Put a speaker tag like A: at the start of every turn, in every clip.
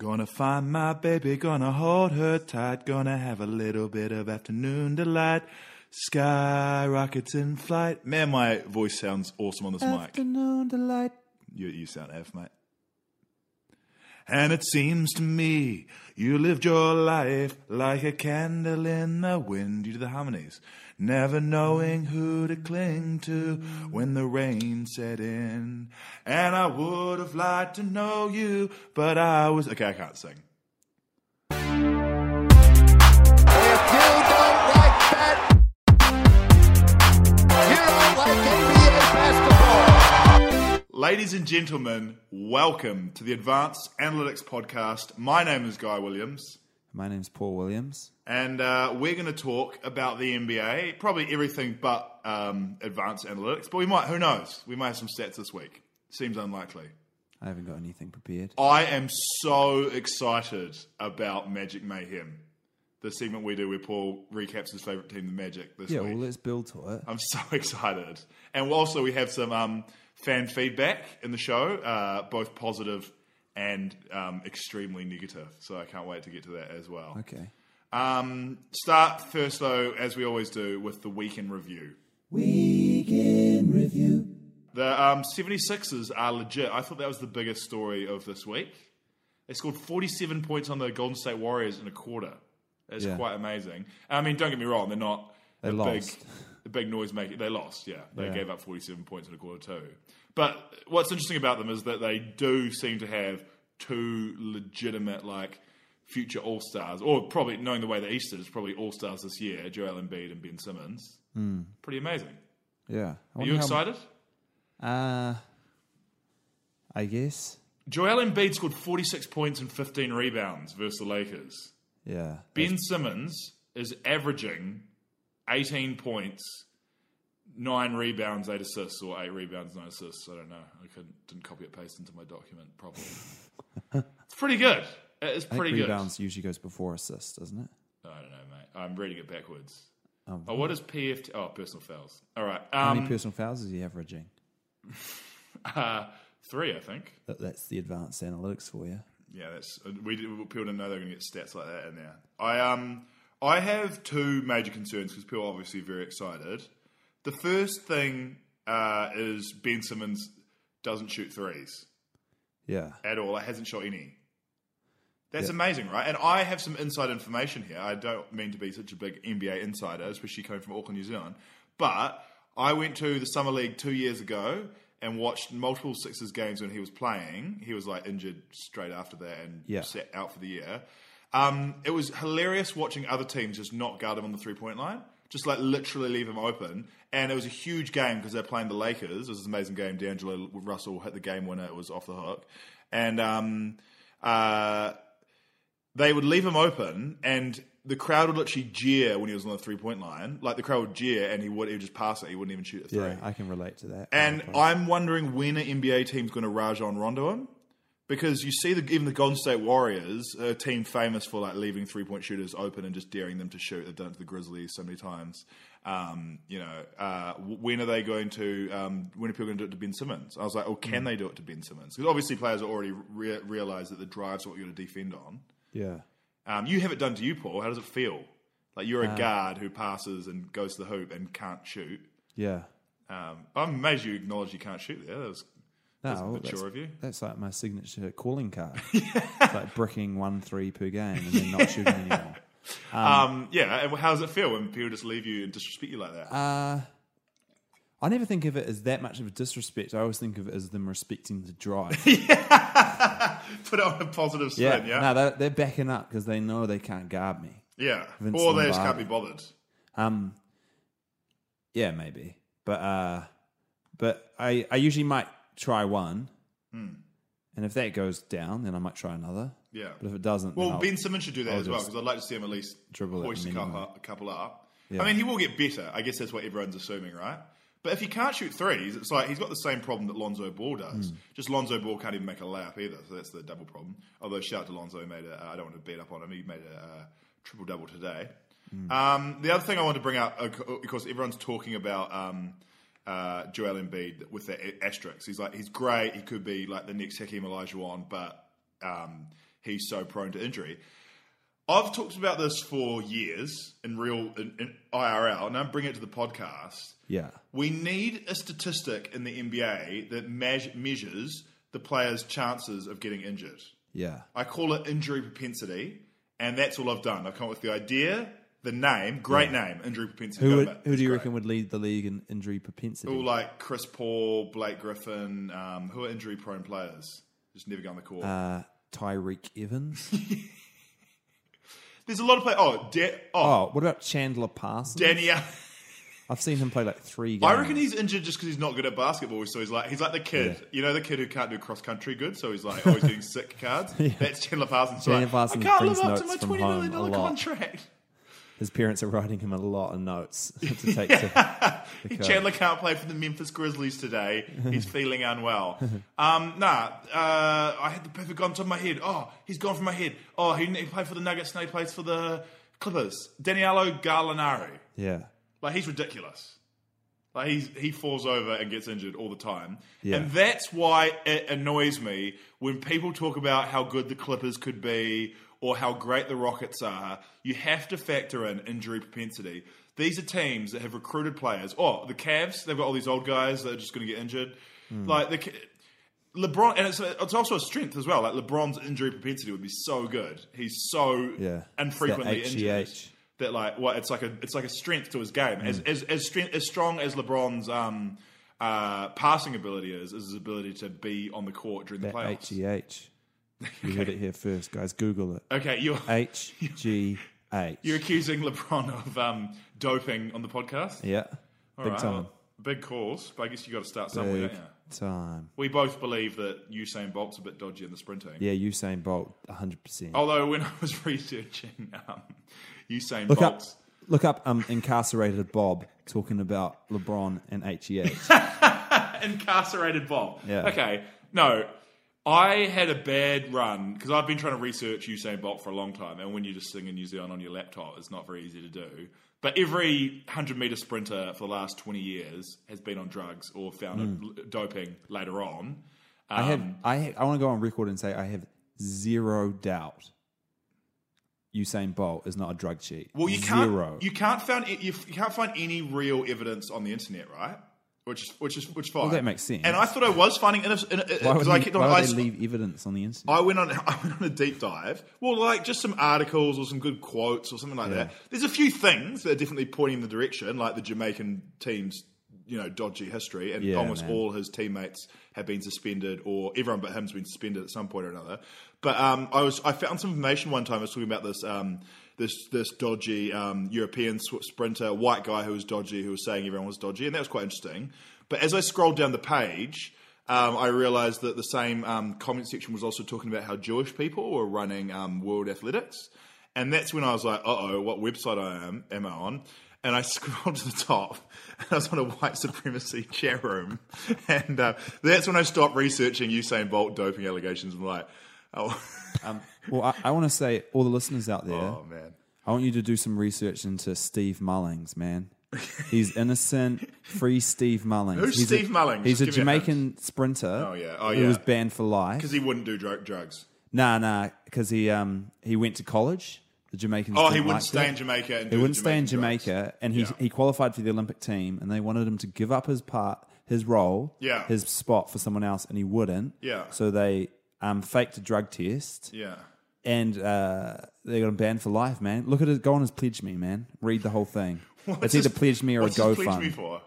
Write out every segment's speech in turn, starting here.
A: Gonna find my baby, gonna hold her tight, gonna have a little bit of afternoon delight. Skyrockets in flight. Man, my voice sounds awesome on this mic.
B: Afternoon delight.
A: You, you sound F, mate. And it seems to me you lived your life like a candle in the wind. You do the harmonies, never knowing who to cling to when the rain set in. And I would have liked to know you, but I was okay. I can't sing.
C: If you don't like that, you don't like NBA basketball.
A: Ladies and gentlemen, welcome to the Advanced Analytics Podcast. My name is Guy Williams.
B: My name's Paul Williams.
A: And uh, we're going to talk about the NBA, probably everything but um, advanced analytics, but we might, who knows? We might have some stats this week. Seems unlikely.
B: I haven't got anything prepared.
A: I am so excited about Magic Mayhem, the segment we do where Paul recaps his favourite team, the Magic, this
B: yeah,
A: week.
B: well, let's build to it.
A: I'm so excited. And also, we have some um, fan feedback in the show, uh, both positive and um, extremely negative. So I can't wait to get to that as well.
B: Okay.
A: Um, start first, though, as we always do, with the week in review.
B: Week in review.
A: The um, 76ers are legit. I thought that was the biggest story of this week. They scored 47 points on the Golden State Warriors in a quarter. That's
B: Yeah.
A: quite amazing. I mean, don't get me wrong, they're not
B: They
A: the
B: lost.
A: big the big noise maker. They lost, yeah. They
B: Yeah.
A: gave up 47 points in a quarter too. But what's interesting about them is that they do seem to have two legitimate like future all-stars or probably knowing the way the East is, probably all-stars this year, Joel Embiid and Ben Simmons. Pretty amazing.
B: Yeah. I
A: Are you
B: Hmm. wonder how-
A: excited?
B: Uh, I guess.
A: Joel Embiid scored 46 points and 15 rebounds versus the Lakers.
B: Yeah.
A: Ben Simmons is averaging 18 points, nine rebounds, eight assists, or eight rebounds, nine assists. I don't know. I couldn't, didn't copy it paste into my document properly. it's pretty good. It's
B: I think
A: pretty good.
B: rebounds usually goes before assist, doesn't it?
A: I don't know, mate. I'm reading it backwards.
B: Oh,
A: Oh, what is PFT? Oh, personal fouls. All right.
B: How many
A: Um,
B: personal fouls is he averaging?
A: uh, three, I think.
B: That, that's the advanced analytics for you.
A: Yeah, that's we people didn't know they were going to get stats like that in there. I um I have two major concerns because people are obviously very excited. The first thing uh, is Ben Simmons doesn't shoot threes
B: Yeah.
A: at all. Like, hasn't shot any. That's
B: Yeah.
A: amazing, right? And I have some inside information here. I don't mean to be such a big NBA insider, especially coming from Auckland, New Zealand. But I went to the Summer League two years ago and watched multiple Sixers games when he was playing. He was like injured straight after that and
B: Yeah.
A: set out for the year. Um, it was hilarious watching other teams just not guard him on the three point line, just like literally leave him open. And it was a huge game because they're playing the Lakers. It was an amazing game. D'Angelo Russell hit the game winner. It was off the hook, and um, uh, they would leave him open, and the crowd would literally jeer when he was on the three point line. Like the crowd would jeer, and he would he would just pass it. He wouldn't even shoot a three.
B: Yeah, I can relate to that.
A: And
B: Okay.
A: I'm wondering when an NBA team's going to Rajon Rondo him because you see the, even the Golden State Warriors, a team famous for like leaving three point shooters open and just daring them to shoot. They've done it to the Grizzlies so many times. Um, you know, uh, w- when are they going to? Um, when are people going to do it to Ben Simmons? I was like, oh, can they do it to Ben Simmons? Because obviously players already re- realize that the drive's what you're going to defend on.
B: yeah.
A: Um, you have it done to you, Paul. How does it feel? Like you're a guard who passes and goes to the hoop and can't shoot.
B: Yeah.
A: Um, I'm amazed you acknowledge you can't shoot there. That was That's
B: No,
A: mature
B: that's,
A: of you.
B: that's like my signature calling card. It's like bricking one three per game and then not shooting anymore.
A: Um, yeah, and how does it feel when people just leave you and disrespect you like that?
B: Uh, I never think of it as that much of a disrespect. I always think of it as them respecting the drive. yeah,
A: Put it on a positive spin, yeah?
B: no, they're, they're backing up because they know they can't guard me.
A: yeah.
B: Vince
A: Or they just can't
B: Lombardi.
A: be bothered.
B: Um, yeah, maybe, but uh, but I I usually might try one,
A: Hmm.
B: And if that goes down, then I might try another.
A: Yeah.
B: But if it doesn't, then
A: Well,
B: I'll-
A: Ben Simmons should do that
B: I'll
A: as well
B: just-
A: because I'd like to see him at least
B: dribble it
A: hoist a
B: minimum.
A: couple up. A couple up. I mean, he will get better. I guess that's what everyone's assuming, right? But if he can't shoot threes, it's like he's got the same problem that Lonzo Ball does.
B: Hmm.
A: Just Lonzo Ball can't even make a layup either, so that's the double problem. Although shout out to Lonzo, he made a. I don't want to beat up on him. He made a uh, triple double today.
B: Hmm.
A: Um, the other thing I wanted to bring up, uh, c- because everyone's talking about um, uh, Joel Embiid with the a- asterisk. He's like, he's great. He could be like the next Hakeem Olajuwon, but um, he's so prone to injury. I've talked about this for years in real in, in IRL, and I bring it to the podcast.
B: Yeah.
A: We need a statistic in the NBA that meas measures the player's chances of getting injured.
B: Yeah.
A: I call it injury propensity, and that's all I've done. I've come up with the idea, the name, great name, injury propensity.
B: Who
A: Go
B: would,
A: back.
B: who
A: It's
B: do you
A: great.
B: reckon would lead the league in injury propensity?
A: People like Chris Paul, Blake Griffin, um, who are injury prone players. Just never go on the court.
B: uh, Tyreek Evans.
A: There's a lot of play. Oh, De- oh,
B: oh, what about Chandler Parsons?
A: Danielle.
B: I've seen him play like three games.
A: I reckon he's injured just because he's not good at basketball. So he's like he's like the kid, you know, the kid who can't do cross country good. So he's like always doing sick cards. That's Chandler Parsons.
B: Chandler
A: right?
B: Parsons
A: I can't
B: brings
A: live up to
B: notes
A: my
B: from
A: twenty million
B: home a
A: dollar
B: lot.
A: contract.
B: His parents are writing him a lot of notes to take to
A: Chandler can't play for the Memphis Grizzlies today. He's feeling unwell. Um, nah, uh, I had the perfect on top of my head. Oh, he's gone from my head. Oh, he, he played for the Nuggets. Now he plays for the Clippers. Daniello Gallinari.
B: Yeah.
A: Like he's ridiculous. Like he's he falls over and gets injured all the time.
B: Yeah.
A: And that's why it annoys me when people talk about how good the Clippers could be or how great the Rockets are. You have to factor in injury propensity. These are teams that have recruited players. Oh, the Cavs, they've got all these old guys that are just going to get injured.
B: Hmm.
A: Like the Ca- LeBron, and it's, it's also a strength as well. Like LeBron's injury propensity would be so good. He's so
B: Yeah.
A: infrequently
B: It's that
A: injured
B: HGH.
A: that like what it's like a it's like a strength to his game as
B: Mm.
A: as as, strength, as strong as LeBron's um, uh, passing ability is is his ability to be on the court during the
B: That
A: playoffs.
B: HGH. E You heard it here first, guys. Google it.
A: Okay, you're
B: HGH.
A: you're accusing LeBron of um, doping on the podcast.
B: yeah.
A: All
B: Big
A: right,
B: time.
A: well, big calls, but I guess you got to start somewhere.
B: Big
A: Don't you?
B: time.
A: We both believe that Usain Bolt's a bit dodgy in the sprinting.
B: Yeah, Usain Bolt, 100%.
A: Although when I was researching um, Usain
B: look up,
A: Bolt's
B: look up um, Incarcerated Bob talking about LeBron and E HGH.
A: incarcerated Bob.
B: Yeah.
A: Okay. No, I had a bad run because I've been trying to research Usain Bolt for a long time, and when you're just sitting in New Zealand on your laptop, it's not very easy to do. But every 100 meter sprinter for the last 20 years has been on drugs or found it- doping later on. Um,
B: Hmm. I have. I ha- I want to go on record and say I have zero doubt. Usain Bolt is not a drug cheat.
A: Well, you
B: 0
A: can't you can't find you you can't find any real evidence on the internet, right? Which is which is which is fine.
B: that makes sense.
A: And I thought I was finding it
B: why
A: because
B: would,
A: I
B: they-
A: kept on
B: why
A: I
B: would
A: s-
B: they leave evidence on the internet?
A: I went on. I went on a deep dive. Well, like just some articles or some good quotes or something like that. There's a few things that are definitely pointing in the direction, like the Jamaican team's you know dodgy history, and
B: Yeah,
A: almost
B: man.
A: all his teammates have been suspended, or everyone but him's been suspended at some point or another. But um, I was I found some information one time. I was talking about this. Um, this, this dodgy um, European sw- sprinter, white guy who was dodgy, who was saying everyone was dodgy, and that was quite interesting. But as I scrolled down the page, um, I realised that the same um, comment section was also talking about how Jewish people were running um, World Athletics, and that's when I was like, "Uh oh, what website I am am I on?" And I scrolled to the top, and I was on a white supremacy chat room, and uh, that's when I stopped researching Usain Bolt doping allegations. I'm like, "Oh,
B: well, I, I want to say all the listeners out there.
A: oh man."
B: I want you to do some research into Steve Mullings, man. He's innocent, free Steve Mullings.
A: Who's
B: he's
A: Steve
B: a,
A: Mullings?
B: He's a
A: Give me a hint.
B: Jamaican sprinter.
A: Oh, yeah. Oh,
B: who
A: yeah.
B: was banned for life.
A: Because he wouldn't do drug drugs.
B: Nah, nah, because he um he went to college. The Jamaicans.
A: Oh, he
B: didn't
A: wouldn't
B: like
A: stay
B: it.
A: in Jamaica and do
B: he
A: the
B: wouldn't stay in
A: Jamaican drugs.
B: Jamaica, and he
A: Yeah.
B: he qualified for the Olympic team, and they wanted him to give up his part, his role,
A: Yeah.
B: his spot for someone else, and he wouldn't.
A: Yeah.
B: So they um faked a drug test,
A: Yeah.
B: and uh, they got him banned for life, man. Look at it. Go on his pledge me, man. Read the whole thing. it's either
A: his-
B: pledge me or
A: what's
B: a GoFund.
A: his pledge me for?
B: Uh,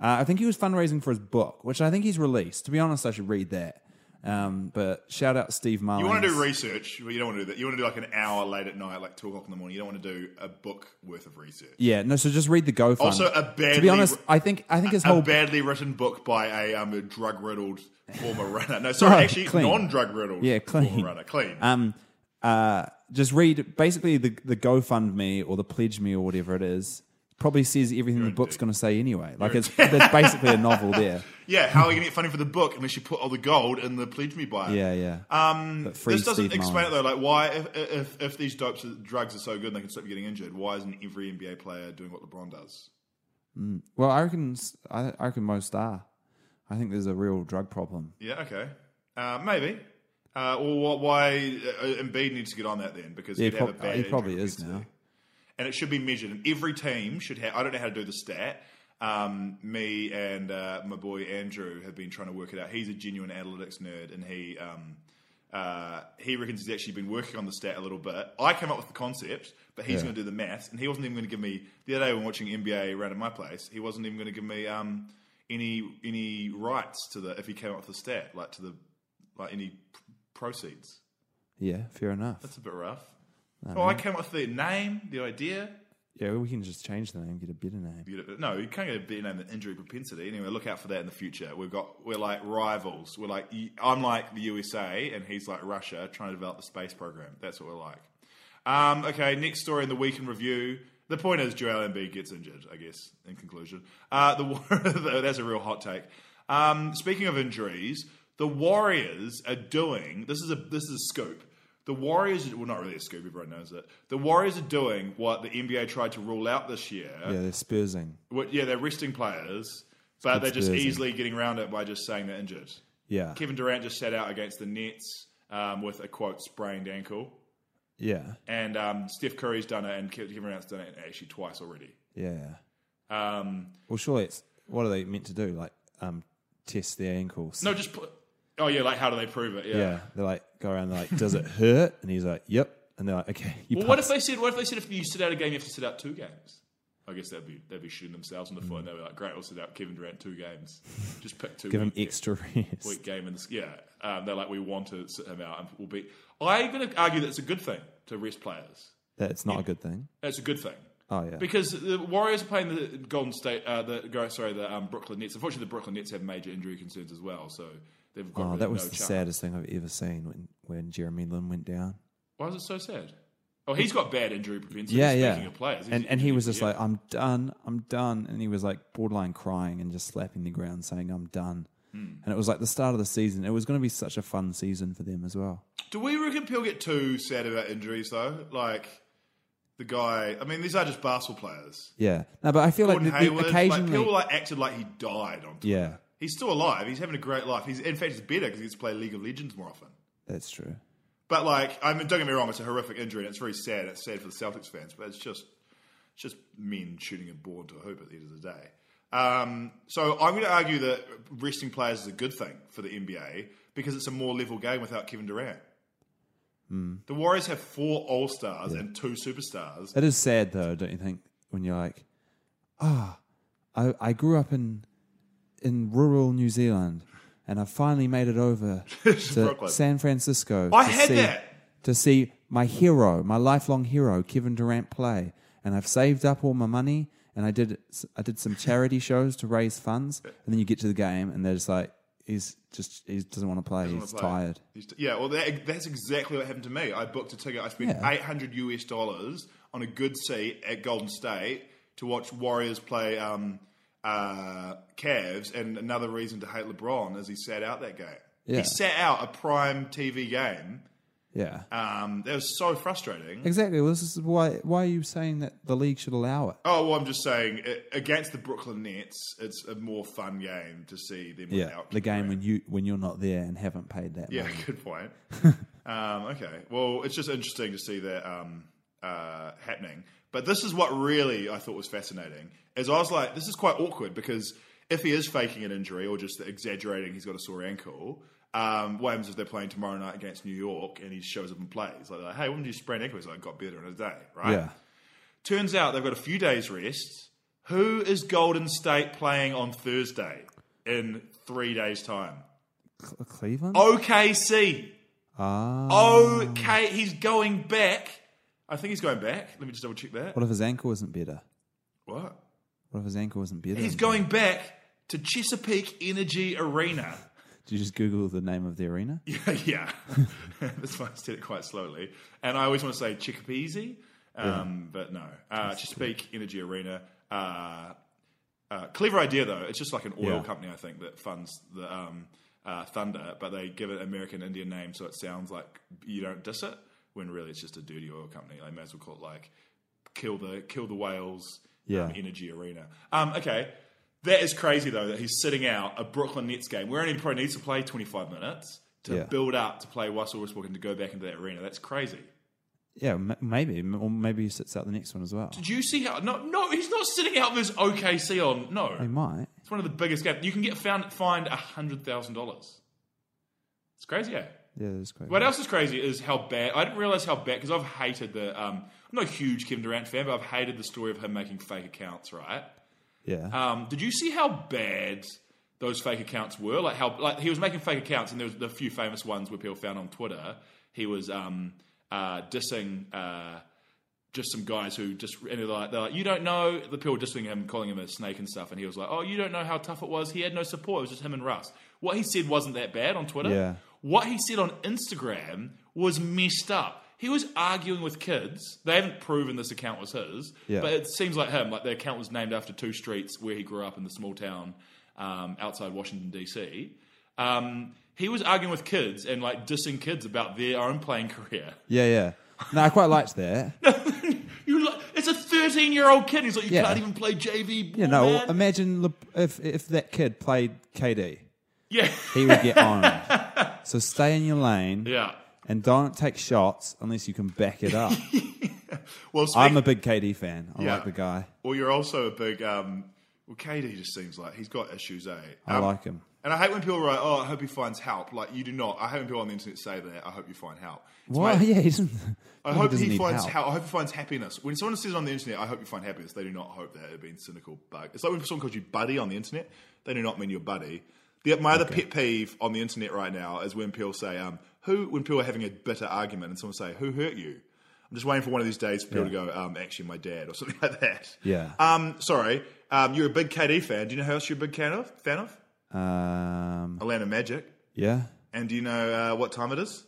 B: I think he was fundraising for his book, which I think he's released. To be honest, I should read that. Um, but shout out Steve Marlin.
A: You want to do research, but you don't want to do that. You want to do like an hour late at night, like two o'clock in the morning. You don't want to do a book worth of research.
B: Yeah, no. So just read the Go Fund.
A: Also, a
B: to
A: badly-
B: be honest, I think I think his
A: a
B: whole
A: badly written book by a, um, a drug riddled former runner. No, sorry,
B: No,
A: actually
B: clean.
A: non drug riddled.
B: Yeah, clean.
A: Former runner, clean.
B: um, uh, just read basically the the GoFundMe or the Pledge Me or whatever it is. Probably says everything the book's going to say anyway. Like it's that's basically a novel there.
A: yeah, how are you gonna get funding for the book unless you put all the gold in the pledge me buyer?
B: Yeah, yeah. Um, but free
A: this doesn't
B: Steve
A: explain
B: Marlin.
A: it though. Like, why if, if if these dopes drugs are so good and they can stop you getting injured, why isn't every NBA player doing what LeBron does?
B: Well, I reckon s- I, I reckon most are. I think there's a real drug problem.
A: Yeah, okay, uh, maybe. Uh, or wh- why uh, Embiid needs to get on that then because
B: Yeah,
A: he'd have a
B: prob-
A: bad
B: he
A: injury
B: probably
A: if
B: is
A: did.
B: now.
A: and it should be measured. And every team should have. I don't know how to do the stat. Um, me and uh, my boy Andrew have been trying to work it out. He's a genuine analytics nerd, and he um, uh, he reckons he's actually been working on the stat a little bit. I came up with the concept, but he's going to do the maths, and he wasn't even going to give me the other day when watching NBA around at my place. He wasn't even going to give me um, any any rights to the if he came up with the stat, like to the like any p- proceeds.
B: Yeah, fair enough.
A: That's a bit rough. oh, I came up with the name, the idea.
B: Yeah, we can just change the name, get a better name.
A: Beautiful. No, you can't get a better name than injury propensity. Anyway, look out for that in the future. We've got we're like rivals. We're like I'm like the USA and he's like Russia trying to develop the space program. That's what we're like. Um, okay, next story in the week in review. The point is Joel Embiid gets injured. I guess in conclusion, uh, the War- that's a real hot take. Um, speaking of injuries, the Warriors are doing this is a this is a scoop. The Warriors, well, not really a scoop. Everyone knows it. The Warriors are doing what the NBA tried to rule out this year,
B: Yeah, they're Spursing.
A: well, yeah, they're resting players, but they're just
B: Conspiracy.
A: easily getting around it by just saying they're injured.
B: Yeah,
A: Kevin Durant just sat out against the Nets um, with a quote sprained ankle,
B: yeah,
A: and um, Steph Curry's done it, and Kev- Kevin Durant's done it actually twice already.
B: yeah, yeah.
A: Um,
B: Well, surely it's what are they meant to do? Like, um, test their ankles.
A: no, just put. Oh yeah, like how do they prove it? Yeah.
B: Yeah. They're like, go around, they're like, does it hurt? And he's like, yep. And they're like, okay. You
A: Well, what if
B: pass."
A: they said? What if they said if you sit out a game, you have to sit out two games? I guess that'd be they'd be shooting themselves in the foot. and They'd be like, great, we'll sit out Kevin Durant two games. Just pick two.
B: give him
A: weak games.
B: extra rest?
A: week game in the yeah um, they're like we want to sit him out and we'll beat i'm going to argue that it's a good thing to rest players
B: That's not a good thing.
A: that's a good thing
B: Oh yeah.
A: because the Warriors are playing the Golden State, uh, the go- sorry, the um, Brooklyn Nets. Unfortunately, the Brooklyn Nets have major injury concerns as well, so they've got
B: oh,
A: really
B: that was
A: no
B: the
A: chance.
B: saddest thing I've ever seen when when Jeremy Lin went down.
A: Why is it so sad? Oh, he's got bad injury propensity.
B: yeah,
A: speaking
B: yeah.
A: Of players, He's
B: and and he
A: injured
B: was just
A: again.
B: like, I'm done, I'm done, and he was like borderline crying and just slapping the ground, saying, I'm done.
A: Hmm.
B: And it was like the start of the season. It was going to be such a fun season for them as well.
A: Do we reckon people get too sad about injuries though? Like the guy. I mean, these are just basketball players.
B: Yeah. No, but I feel
A: Gordon
B: like the, the
A: Hayward. Like,
B: occasionally,
A: people like acted like he died on
B: yeah,
A: He's still alive. He's having a great life. He's in fact he's better because he gets to play League of Legends more often.
B: that's true.
A: But like, I mean, don't get me wrong, it's a horrific injury and it's very sad. It's sad for the Celtics fans, but it's just it's just men shooting a ball into a hoop at the end of the day. Um, so I'm going to argue that resting players is a good thing for the NBA because it's a more level game without Kevin Durant.
B: Hmm.
A: The Warriors have four All Stars and two superstars.
B: It is sad though, don't you think? When you're like, ah, I, I grew up in in rural New Zealand, and I finally made it over to
A: Brooklyn.
B: San Francisco.
A: I
B: to
A: had
B: see,
A: that.
B: to see my hero, my lifelong hero, Kevin Durant play, and I've saved up all my money, and I did I did some charity shows to raise funds, and then you get to the game, and they're just like, he's just he doesn't want to play, he's
A: Like,
B: tired.
A: he's- yeah, well, that, that's exactly what happened to me. I booked a ticket. I spent
B: Yeah.
A: 800 US dollars on a good seat at Golden State to watch Warriors play um, uh, Cavs. And another reason to hate LeBron is he sat out that game.
B: Yeah.
A: He sat out a prime TV game.
B: Yeah,
A: Um, that was so frustrating.
B: exactly. Well, this is why why are you saying that the league should allow it?
A: Oh well, I'm just saying uh, against the Brooklyn Nets, it's a more fun game to see them
B: Yeah,
A: without
B: the game
A: Durant.
B: when you when you're not there and haven't paid that.
A: Yeah,
B: money.
A: good point. um, okay, well, it's just interesting to see that um, uh, happening. But this is what really I thought was fascinating. Is I was like, this is quite awkward because if he is faking an injury or just exaggerating, he's got a sore ankle. Um, what happens if they're playing tomorrow night against New York and he shows up and plays? Like, they're like, hey, when did you sprain ankle? He's like, I got better in a day, right?
B: Yeah.
A: Turns out they've got a few days rest. Who is Golden State playing on Thursday in three days' time?
B: Cle- uh,
A: Oh,
B: Cleveland?
A: OKC.
B: Ah.
A: Okay, he's going back. I think he's going back. Let me just double check that.
B: What if his ankle isn't better?
A: What?
B: What if his ankle isn't better?
A: He's going back to Chesapeake Energy Arena.
B: Did you just Google the name of the arena?
A: Yeah, yeah. that's why I said it quite slowly. And I always want to say Chickapeasy, um, but no. Uh, Chesapeake Energy Arena. Uh, uh, clever idea though. It's just like an oil
B: Yeah.
A: company, I think, that funds the um, uh, Thunder, but they give it an American Indian name, so it sounds like you don't diss it. When really, it's just a dirty oil company. They may as well call it like kill the kill the whales.
B: Yeah.
A: um, Energy Arena. Um, okay, that is crazy though that he's sitting out a Brooklyn Nets game. Where he probably needs to play 25 minutes to
B: Yeah.
A: build up to play Russell Westbrook and to go back into that arena. That's crazy.
B: Yeah, m- maybe. M- Or maybe he sits out the next one as well.
A: Did you see how? No, no, he's not sitting out this OKC on. No,
B: He might.
A: It's one of the biggest games. You can get found fined hundred thousand dollars. It's crazy, eh?
B: Yeah, that's crazy.
A: What else is crazy is how bad. I didn't realize how bad because I've hated the. Um, I'm not a huge Kevin Durant fan, but I've hated the story of him making fake accounts. Right?
B: Yeah.
A: Um, did you see how bad those fake accounts were? Like how like he was making fake accounts, and there was the few famous ones where people found on Twitter. He was um, uh, dissing. Uh, just some guys who just and they're like, they're like, you don't know the people dissing him, calling him a snake and stuff, and he was like, oh, you don't know how tough it was. He had no support. It was just him and Russ. What he said wasn't that bad on Twitter.
B: Yeah.
A: What he said on Instagram was messed up. He was arguing with kids. They haven't proven this account was his,
B: Yeah.
A: but it seems like him. Like the account was named after two streets where he grew up in the small town um, outside Washington DC. Um, he was arguing with kids and like dissing kids about their own playing career.
B: yeah, yeah. No, I quite liked that.
A: You like, it's a 13 year old kid. He's like, you
B: Yeah.
A: can't even play JV. Ball,
B: You know,
A: man."
B: imagine Le- if if that kid played KD,
A: yeah,
B: he would get owned. so stay in your lane
A: yeah.
B: and don't take shots unless you can back it up.
A: Well, speak,
B: I'm a big KD fan. I like the guy.
A: Well, you're also a big. Um, well, KD just seems like he's got issues, eh?
B: I
A: Um,
B: like him.
A: And I hate when people write, "Oh, I hope he finds help." Like you do not. I hate when people on the internet say that. I hope you find help. It's
B: Well,
A: my-
B: yeah, he doesn't.
A: I hope
B: doesn't
A: he
B: need
A: finds
B: help.
A: how I hope he finds happiness. When someone says on the internet, "I hope you find happiness," they do not hope that. It being cynical bug. It's like when someone calls you buddy on the internet, they do not mean your buddy. The, my other pet peeve on the internet right now is when people say, um, "Who?" When people are having a bitter argument and someone say, "Who hurt you?" I'm just waiting for one of these days for people to go, um, "Actually, my dad" or something like that.
B: Yeah.
A: Um, sorry. Um, you're a big KD fan. Do you know who else you're a big fan of? Fan of
B: Um,
A: Atlanta Magic.
B: yeah.
A: And do you know uh, what time it is?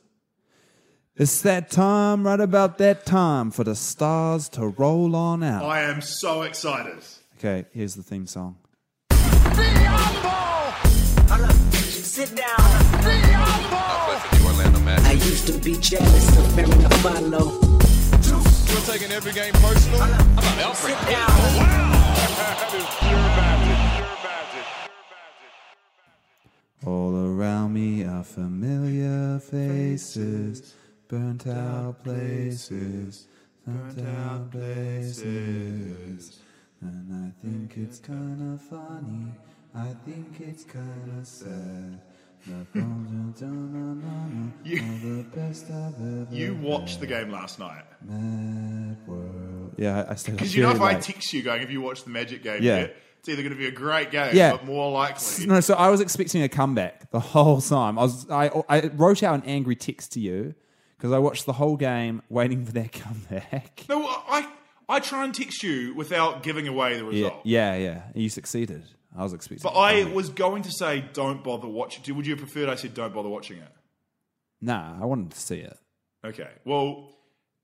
B: It's that time, right about that time, for the stars to roll on out.
A: I am so excited.
B: Okay, here's the theme song.
D: Sit down. I used to be jealous of Mary Follow.
E: You're taking every game personal? I'm about Alfred.
D: Sit down.
F: That is pure magic. Pure magic.
B: All around me are familiar faces, burnt out places, burnt out places. And I think it's kinda funny, I think it's kinda sad. you, the best I've ever
A: You watched the game last night.
B: Mad world. Yeah, I- I stayed up
A: Because you know,
B: very
A: if I
B: late.
A: text you going, "Have you watched the Magic game
B: Yeah.
A: yet?" It's either going to be a great game,
B: Yeah.
A: but more likely.
B: No, so I was expecting a comeback the whole time. I was I I wrote out an angry text to you because I watched the whole game waiting for that comeback.
A: No, I I try and text you without giving away the
B: Yeah,
A: result.
B: yeah, yeah. You succeeded. I was expecting.
A: But I was going to say, "Don't bother watching." Would you have preferred I said, "Don't bother watching it"?
B: nah. I wanted to see it.
A: Okay. Well,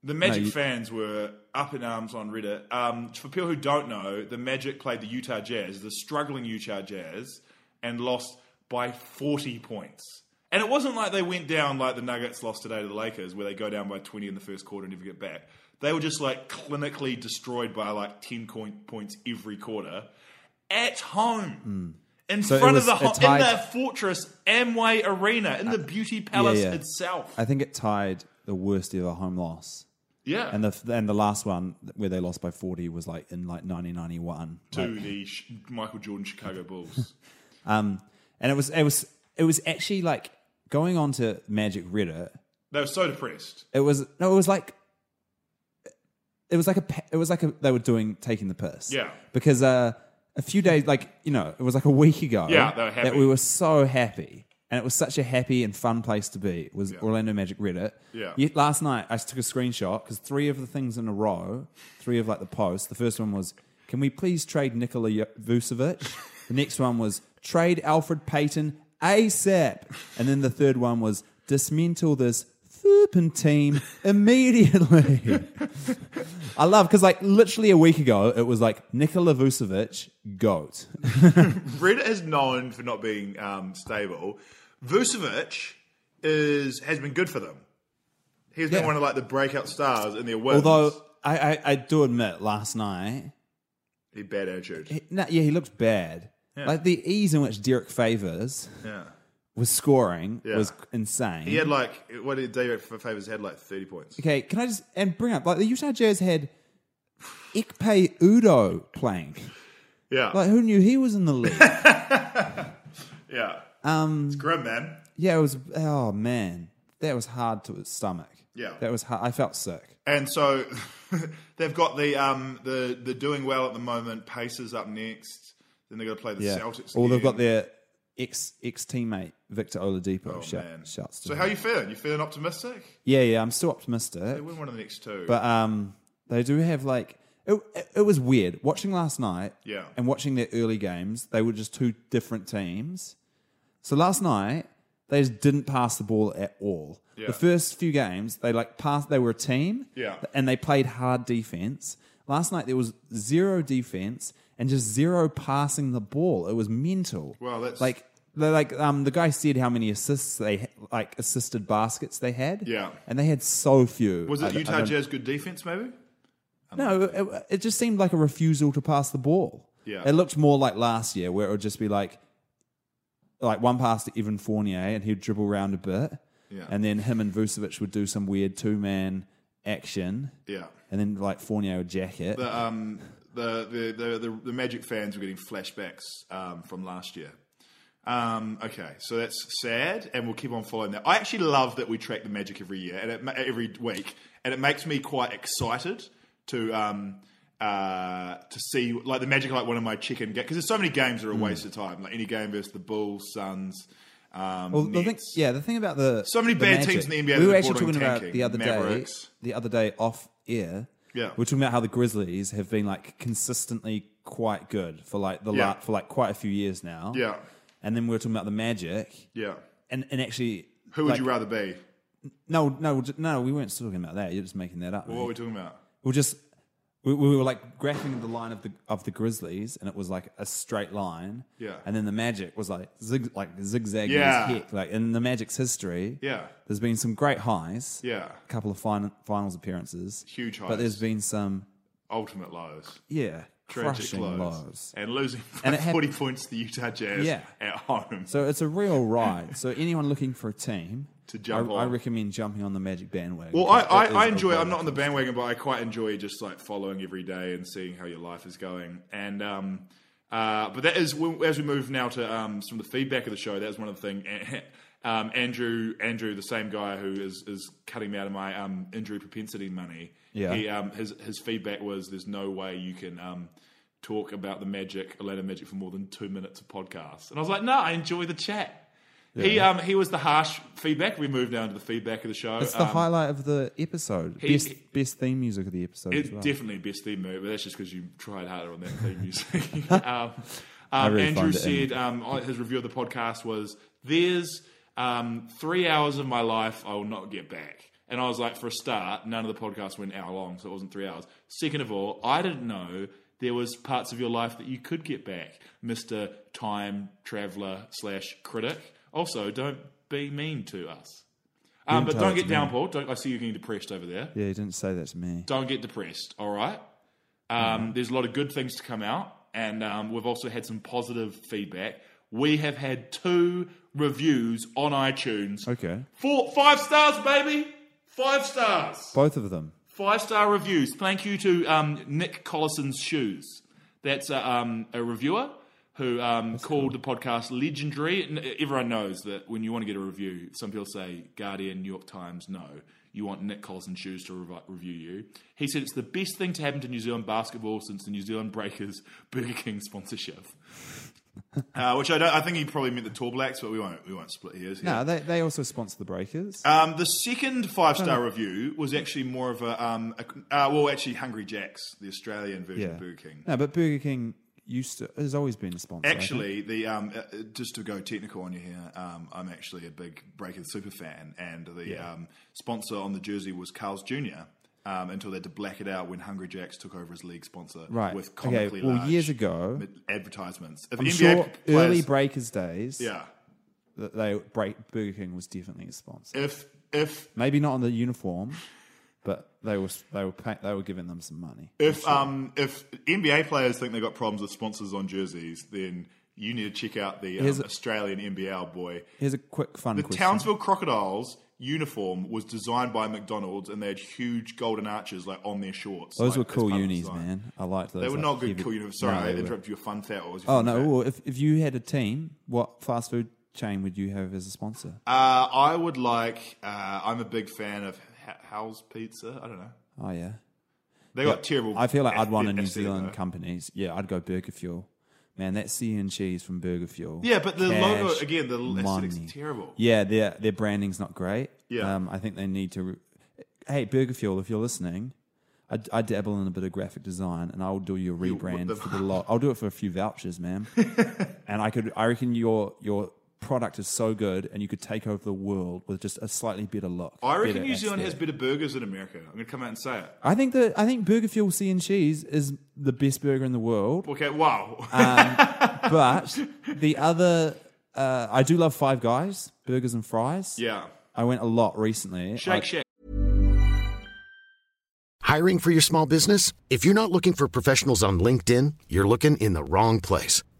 A: the Magic
B: you-
A: fans were up in arms on Reddit. Um, for people who don't know, the Magic played the Utah Jazz, the struggling Utah Jazz, and lost by forty points. And it wasn't like they went down like the Nuggets lost today to the Lakers, where they go down by twenty in the first quarter and never get back. They were just like clinically destroyed by like ten point points every quarter at home. In
B: Hmm. So it
A: front of
B: was
A: the
B: a
A: ho-
B: tied-
A: in the fortress Amway Arena in the Beauty Palace
B: yeah.
A: itself.
B: I think it tied the worst ever home loss,
A: yeah,
B: and the and the last one where they lost by forty was like in like nineteen ninety one.
A: to the Sh- Michael Jordan Chicago Bulls.
B: Um, and it was it was it was actually like going on to Magic Reddit.
A: they were so depressed.
B: It was no, it was like it was like a pa- it was like a, they were doing taking the piss.
A: Yeah.
B: Because uh, a few days, like you know, it was like a week ago.
A: Yeah, they were happy.
B: that we were so happy, And it was such a happy and fun place to be. Was Orlando Magic Reddit?
A: Yeah.
B: Yet last night I took a screenshot because three of the things in a row, three of like the posts. The first one was, "Can we please trade Nikola Yo- Vucevic?" the next one was, "Trade Alfred Payton ASAP," and then the third one was, "Dismantle this." Flippin' team immediately. I love because like literally a week ago it was like Nikola Vucevic goat.
A: Reddit is known for not being um, stable. Vucevic is has been good for them. He's been
B: Yeah.
A: one of like the breakout stars in their wins.
B: Although I, I, I do admit last night,
A: he had bad attitude.
B: he, no, yeah, he looked bad. Like the ease in which Derek Favors
A: yeah,
B: was scoring
A: Yeah.
B: was insane.
A: he had like what did David Favors had like thirty points.
B: okay, can I just and bring up like the Utah Jazz had Ikpe Udo playing.
A: Yeah,
B: Like who knew he was in the league?
A: yeah.
B: um,
A: it's grim, man.
B: yeah, it was. Oh man, that was hard to his stomach.
A: Yeah.
B: that was. Hard. I felt sick.
A: And so they've got the um the the doing well at the moment. Pacers up next. Then they're going to play the
B: Yeah,
A: Celtics.
B: or they've
A: again.
B: got their ex ex teammate Victor Oladipo.
A: Oh,
B: shout,
A: man.
B: Shouts to
A: so
B: him.
A: how you feeling? You feeling optimistic?
B: Yeah, yeah, I'm still optimistic.
A: They win one of the next two.
B: But um, they do have like it, it- it was weird watching last night.
A: Yeah.
B: And watching their early games, they were just two different teams. So last night they just didn't pass the ball at all.
A: Yeah.
B: The first few games they like passed. They were a team.
A: Yeah.
B: And they played hard defense. Last night there was zero defense and just zero passing the ball. It was mental.
A: Well, that's-
B: like. they like um, the guy said how many assists they like assisted baskets they had.
A: Yeah.
B: and they had so few.
A: was it
B: I don't- I
A: Utah
B: don't-
A: Jazz good defense? Maybe.
B: no, it, it just seemed like a refusal to pass the ball.
A: Yeah.
B: It looked more like last year where it would just be like like one pass to Evan Fournier and he'd dribble around a bit.
A: Yeah.
B: And then him and Vucevic would do some weird two man action.
A: Yeah.
B: And then like Fournier would jack it.
A: The, um, the, the, the, the, the Magic fans were getting flashbacks um, from last year. Um, okay, so that's sad, and we'll keep on following that. I actually love that we track the Magic every year and it, ma- every week, and it makes me quite excited to um, uh, to see like the Magic are like one of my chicken games because there's so many games
B: Hmm.
A: that are a waste of time. Like any game versus the Bulls, Suns. Um,
B: Well, the thing,
A: Nets.
B: yeah, the thing about the
A: So many
B: the
A: bad teams in the NBA
B: We
A: that
B: were
A: are
B: actually
A: bordering
B: talking about
A: tanking.
B: the other
A: Mavericks.
B: day, the other day off air.
A: Yeah.
B: we are talking about how the Grizzlies have been like consistently quite good for like the
A: Yeah.
B: la- for like quite a few years now.
A: Yeah.
B: and then we were talking about the Magic,
A: yeah.
B: and and actually,
A: Who would
B: like-
A: you rather be?
B: No, no, j- no. We weren't talking about that. You're just making that up.
A: What
B: mate.
A: were we talking about?
B: we were just we, we were like graphing the line of the of the Grizzlies, and it was like a straight line.
A: Yeah.
B: and then the Magic was like zig like zigzagging
A: Yeah.
B: as heck. Like in the Magic's history.
A: Yeah,
B: There's been some great highs.
A: yeah.
B: A couple of fin- finals appearances.
A: Huge highs.
B: But there's been some,
A: Ultimate lows.
B: yeah,
A: tragic
B: crushing
A: lows.
B: lows.
A: and losing
B: And
A: and
B: it hap-
A: 40 points to the Utah Jazz
B: Yeah.
A: at home.
B: So it's a real ride. so anyone looking for a team,
A: To jump
B: I,
A: on.
B: I recommend jumping on the Magic bandwagon.
A: well, I, I,
B: It is
A: I
B: a
A: enjoy. I'm
B: roller
A: not on the
B: coaster.
A: bandwagon, but I quite enjoy just like following every day and seeing how your life is going. And um, uh, but that is when- as we move now to um, some of the feedback of the show. That was one of the things. Um, Andrew, Andrew, the same guy who is, is cutting me out of my um, injury propensity money.
B: Yeah.
A: He, um, his his feedback was: "There's no way you can um, talk about the Magic, Atlanta Magic, for more than two minutes of podcast." And I was like, "No, I enjoy the chat." He um, he was the harsh feedback. We moved down to the feedback of the show.
B: It's the
A: Um,
B: highlight of the episode.
A: he-
B: best, best theme music of the episode.
A: It's
B: as well.
A: definitely best theme move, but that's just because you tried harder on that theme music. um, um,
B: really
A: Andrew
B: find it
A: said um, on- his review of the podcast was "There's um, three hours of my life I will not get back." And I was like, for a start, none of the podcasts went hour long, so it wasn't three hours. Second of all, I didn't know there was parts of your life that you could get back, Mister Time Traveler slash Critic. Also, don't be mean to us. Um,
B: Didn't
A: but
B: tell
A: don't
B: it
A: get
B: to me.
A: down, Paul. Don't, I see you getting depressed over there
B: Yeah, you didn't say that to me.
A: don't get depressed. All right. Um, There's a lot of good things to come out, and um, we've also had some positive feedback. We have had two reviews on iTunes.
B: Okay.
A: Four, five stars, baby. Five stars.
B: Both of them.
A: Five star reviews. Thank you to um, Nick Collison's shoes. That's a, um, a reviewer who um, called the podcast legendary. And everyone knows that when you want to get a review, some people say Guardian, New York Times. No, you want Nick Collison's shoes to revi- review you. He said it's the best thing to happen to New Zealand basketball since the New Zealand Breakers Burger King sponsorship. uh, which I don't. I think he probably meant the Tall Blacks, but we won't. We won't split hairs. here.
B: No, they, they also sponsor the Breakers.
A: Um, the second five star
B: Hmm.
A: review was actually more of a, um, a uh, well, actually Hungry Jack's, the Australian version of Burger King.
B: No, but Burger King used to has always been a sponsor. I think.
A: Actually, the um, uh, uh, just to go technical on you here, um, I'm actually a big Breakers super fan, and the um, sponsor on the jersey was Carl's Jr. Um, until they had to black it out when Hungry Jacks took over as league sponsor,
B: Right.
A: With
B: Okay,
A: comically
B: well,
A: large
B: years ago-
A: mid- advertisements. If
B: I'm
A: NBA
B: sure
A: players-
B: early Breakers days,
A: yeah.
B: that they break Burger King was definitely a sponsor.
A: If if
B: Maybe not on the uniform, but they were they were pay, they were giving them some money.
A: If um if NBA players think they got problems with sponsors on jerseys, then you need to check out the um,
B: Here's a-
A: Australian NBL oh boy.
B: Here's a quick fun
A: The
B: question.
A: Townsville Crocodiles uniform was designed by McDonald's, and they had huge golden arches like on their shorts.
B: those
A: like,
B: were
A: as
B: cool
A: part of the
B: unis,
A: design.
B: man. I liked those.
A: They were
B: like,
A: not good
B: heavy-
A: cool uniforms. Sorry,
B: No,
A: I
B: they were-
A: interrupted your fun fat. What was your
B: Oh
A: fun
B: no!
A: fact?
B: Well, if if you had a team, what fast food chain would you have as a sponsor?
A: Uh, I would like. Uh, I'm a big fan of Ha- How's Pizza. I don't know.
B: oh yeah,
A: They got terrible.
B: I feel like I'd want a
A: ath-
B: New
A: aesthetic,
B: Zealand
A: though.
B: companies. Yeah, I'd go Burger Fuel. Man, that sea and cheese from Burger Fuel.
A: Yeah, but the logo-
B: Cash
A: again, the aesthetic's
B: money.
A: terrible.
B: Yeah, their their branding's not great.
A: Yeah.
B: um, I think they need to. Re- hey, Burger Fuel, if you're listening, I, I dabble in a bit of graphic design, and I'll do your rebrand
A: the-
B: for the lot. I'll do it for a few vouchers, man. and I could, I reckon your your product is so good, and you could take over the world with just a slightly better look.
A: I reckon
B: better
A: New Zealand has
B: aesthetic.
A: better burgers than America. I'm going to come out and say it.
B: I think that I think Burger Fuel C and Cheese is the best burger in the world.
A: Okay, wow.
B: Uh, but the other, uh, I do love Five Guys burgers and fries.
A: yeah.
B: I went a lot recently. I-
A: Shake, shake.
G: Hiring for your small business? If you're not looking for professionals on LinkedIn, you're looking in the wrong place.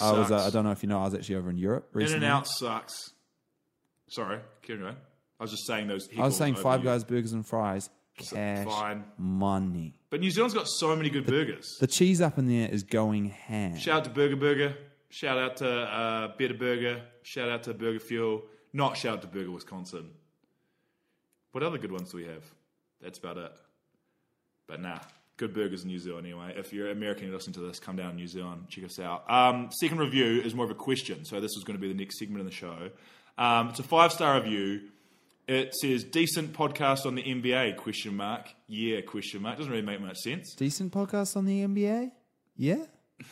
B: I was. Uh,
A: Sucks.
B: I don't know if you know. I was actually over in Europe
A: In
B: recently.
A: and out sucks. Sorry, carry on. I was just saying those.
B: I was
A: heckles
B: saying
A: over
B: Five
A: you.
B: Guys burgers and fries, cash
A: fine.
B: money.
A: But New Zealand's got so many good burgers.
B: The cheese up in there is going ham.
A: Shout out to Burger Burger. Shout out to uh, Better Burger. Shout out to Burger Fuel. Not shout out to Burger Wisconsin. What other good ones do we have? That's about it. But nah, good burgers in New Zealand anyway. If you're American and you're listening to this, come down to New Zealand, check us out. Um, second review is more of a question, so this is going to be the next segment of the show. Um, it's a five star review. It says decent podcast on the NBA question mark yeah question mark doesn't really make much sense.
B: Decent podcast on the NBA. Yeah. Is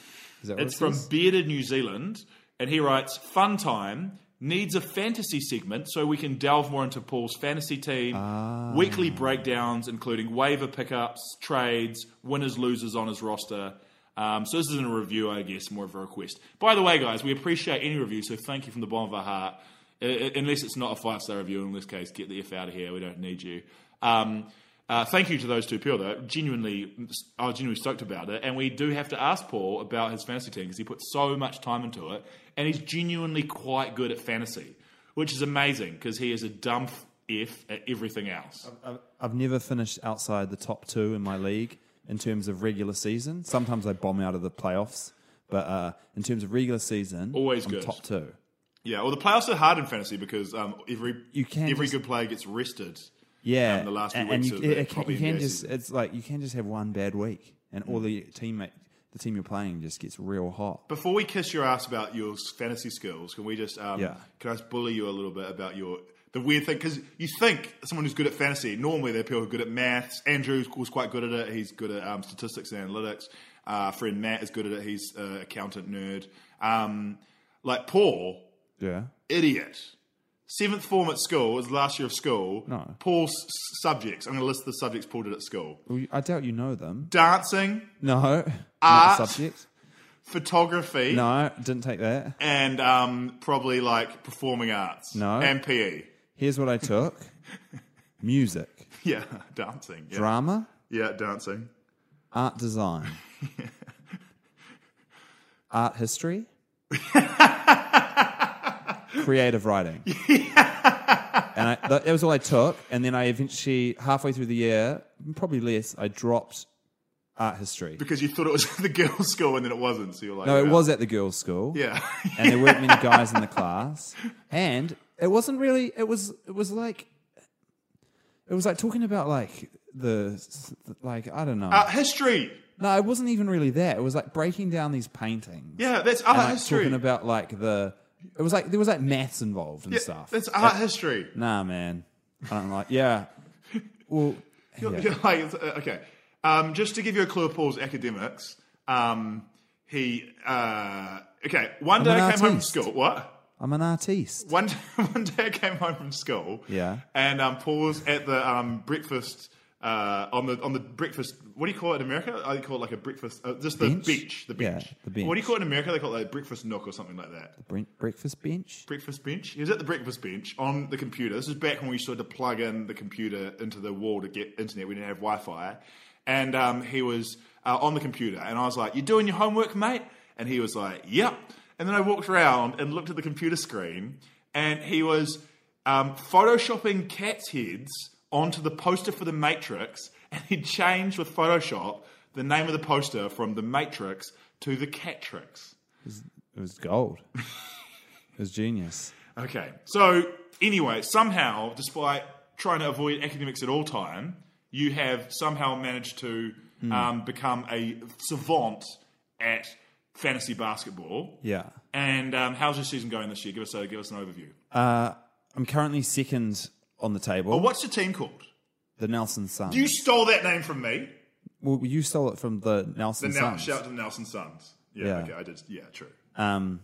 B: that what
A: It's
B: it
A: from
B: says?
A: Bearded New Zealand, and he writes, "Fun time needs a fantasy segment so we can delve more into Paul's fantasy team,
B: Ah.
A: weekly breakdowns, including waiver pickups, trades, winners, losers on his roster." Um, so this isn't a review, I guess, more of a request. By the way, guys, we appreciate any review, so thank you from the bottom of our heart. I- I- Unless it's not a five star review, in this case, get the f out of here. We don't need you. Um, uh, thank you to those two people. Though genuinely, I was genuinely stoked about it, and we do have to ask Paul about his fantasy team because he put so much time into it, and he's genuinely quite good at fantasy, which is amazing because he is a dumb f at everything else.
B: I've, I've never finished outside the top two in my league in terms of regular season. Sometimes I bomb out of the playoffs, but uh, in terms of regular season,
A: Always
B: I'm
A: good.
B: top two.
A: Yeah, well, the playoffs are hard in fantasy because um, every
B: You can
A: every
B: just-
A: good player gets rested.
B: Yeah,
A: um, the last few
B: and,
A: weeks
B: and
A: of
B: you,
A: the
B: it, can,
A: top
B: you can
A: NBA
B: just
A: season. Mm.
B: it's like you can just have one bad week, and all the teammate the team you're playing just gets real hot.
A: Before we kiss your ass about your fantasy skills, can we just um,
B: Yeah.
A: can I just bully you a little bit about your the weird thing because you think someone who's good at fantasy normally they're people who are good at maths. Andrew was quite good at it. He's good at um, statistics and analytics. Uh, friend Matt is good at it. He's uh, accountant nerd. Um, like Paul,
B: Yeah,
A: idiot. Seventh form at school was last year of school.
B: No.
A: Paul's s- subjects. I'm going to list the subjects Paul did at school:
B: well, you- I doubt you know them.
A: dancing,
B: No,
A: Art.
B: not the subject.
A: photography,
B: No, didn't take that.
A: and um, probably like performing arts.
B: No.
A: And E. PE.
B: Here's what I took: music,
A: Yeah, dancing. Yeah,
B: drama,
A: yeah dancing.
B: art design, art history, creative writing. and I, that, that was all I took. And then I eventually, halfway through the year, probably less, I dropped art history.
A: because you thought it was the girls' school and then it wasn't. So you're like,
B: No, it
A: yeah.
B: was at the girls' school.
A: Yeah.
B: and there weren't many guys in the class. And it wasn't really. It was. It was like. It was like talking about like the like I don't know.
A: Art history.
B: no, it wasn't even really that. It was like breaking down these paintings.
A: Yeah, ah, that's
B: and,
A: art
B: like,
A: history.
B: Talking about like the. It was like there was like maths involved and
A: Yeah,
B: stuff. Uh,
A: That's art history.
B: Nah, man. I don't like. Yeah. Well.
A: You're-
B: yeah.
A: you're like, it's- uh, okay. Um, just to give you a clue of Paul's academics, um, he. Uh, okay, one
B: I'm
A: day I
B: an
A: came home from
B: artiste.
A: school. What?
B: I'm an artiste.
A: One day, one day I came home from school.
B: Yeah.
A: And um, Paul was at the um, breakfast. Uh, on the on the breakfast, what do you call it in America? I call it like a breakfast, uh, just the
B: Bench?
A: beach, the
B: Yeah,
A: bench.
B: the bench.
A: What do you call it in America? They call it like breakfast nook or something like that.
B: Bre- breakfast bench.
A: breakfast bench. He was at the breakfast bench on the computer. This is back when we used to, have to plug in the computer into the wall to get internet. We didn't have Wi Fi. And um, he was uh, on the computer. And I was like, You doing your homework, mate? And he was like, Yep. And then I walked around and looked at the computer screen. And he was um, photoshopping cats' heads onto the poster for The Matrix. And he changed with Photoshop the name of the poster from The Matrix to The Catrix.
B: It was gold. it was genius.
A: Okay. So anyway, somehow, despite trying to avoid academics at all time, you have somehow managed to
B: Hmm.
A: um, become a savant at fantasy basketball.
B: Yeah.
A: And um, how's your season going this year? Give us a give us an overview.
B: I'm currently second on the table.
A: But what's your team called?
B: The Nelson Suns.
A: Oh, You stole that name from me.
B: well, you stole it from the
A: The
B: Nelson
A: Nel-
B: Suns.
A: shout out to the Nelson Suns. Yeah,
B: Yeah.
A: Okay. I did. Yeah. True.
B: um,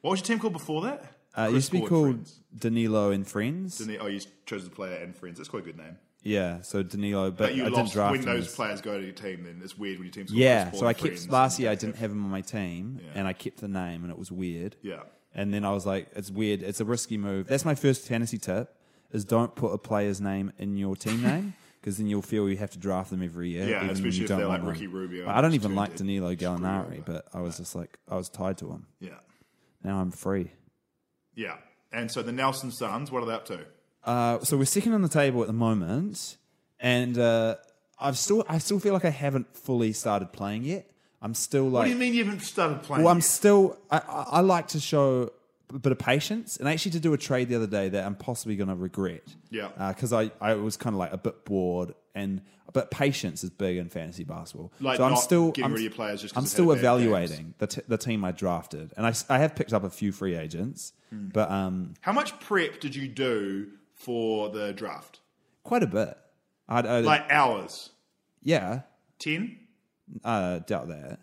A: What was your team called before that?
B: uh, it
A: Chris
B: used to be
A: Paul and
B: called
A: Friends.
B: Danilo and Friends.
A: Didn't he? Oh, you chose the player and friends. That's quite a good name.
B: yeah, so Danilo, but,
A: But you
B: I didn't
A: lost
B: draft
A: when
B: him
A: those
B: as-
A: players go to your team. Then it's weird when your team's called
B: Yeah,
A: Chris Paul
B: so
A: and
B: I kept
A: Friends
B: last
A: and-
B: year. I didn't have him on my team, and I kept the name, and it was weird.
A: Yeah.
B: and then I was like, it's weird. It's a risky move. That's my first fantasy tip: is don't put a player's name in your team name. Because then you'll feel you have to draft them every year.
A: Yeah,
B: even when
A: especially
B: you
A: if
B: don't
A: they're
B: want
A: like
B: them.
A: Ricky Rubio
B: I don't
A: and
B: even
A: Stu
B: like
A: did
B: Danilo
A: screw you
B: Gallinari,
A: over.
B: but I was just like, I was tied to him.
A: Yeah.
B: Now I'm free.
A: Yeah. And so the Nelson Suns, what are they up to?
B: Uh, so we're second on the table at the moment, and uh, I've still I still feel like I haven't fully started playing yet. I'm still like,
A: What do you mean you haven't started playing?
B: well, I'm
A: yet?
B: still I, I, I like to show a bit of patience, and I actually did do a trade the other day that I'm possibly going to regret.
A: Yeah.
B: because I I was kind of like a bit bored and. But patience is big in fantasy basketball.
A: Like
B: so I'm
A: not
B: still
A: getting
B: I'm,
A: rid of your players just 'cause
B: I'm
A: they've
B: still
A: had bad games.
B: evaluating the, t- the team I drafted, and I, s- I have picked up a few free agents,
A: Hmm.
B: but um,
A: How much prep did you do for the draft?
B: quite a bit. I'd, i
A: Like hours?
B: yeah,
A: 10?
B: uh, doubt that.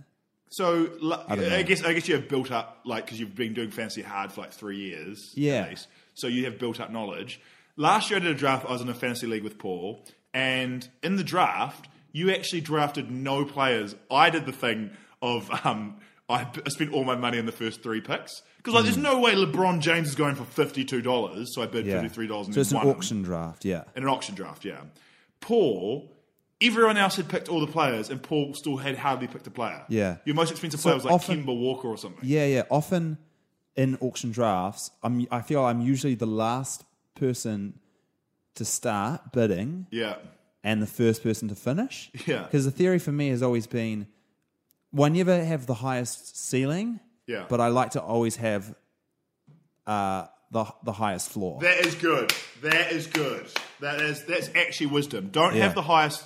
A: So l- I,
B: don't know.
A: guess I guess you have built up like because you've been doing fantasy hard for like three years.
B: Yeah.
A: At least. So you have built up knowledge. Last year I did a draft. I was in a fantasy league with Paul, and in the draft you actually drafted no players. I did the thing of um, I b- I spent all my money in the first three picks because like there's no way LeBron James is going for fifty two dollars, so I bid
B: Mm. Yeah,
A: fifty three dollars.
B: So it's an
A: won them
B: auction draft. Yeah,
A: in an auction draft, yeah. Paul, everyone else had picked all the players, and Paul still had hardly picked a player.
B: Yeah.
A: Your most expensive
B: So
A: player was like
B: often-
A: Kimber Walker or something.
B: yeah, yeah. Often in auction drafts, I'm I feel I'm usually the last person to start bidding
A: Yeah.
B: and the first person to finish.
A: Yeah.
B: because the theory for me has always been, well, I never have the highest ceiling.
A: Yeah.
B: but I like to always have uh, the the highest floor.
A: That is good. That is good. That is that's actually wisdom. Don't
B: Yeah.
A: have the highest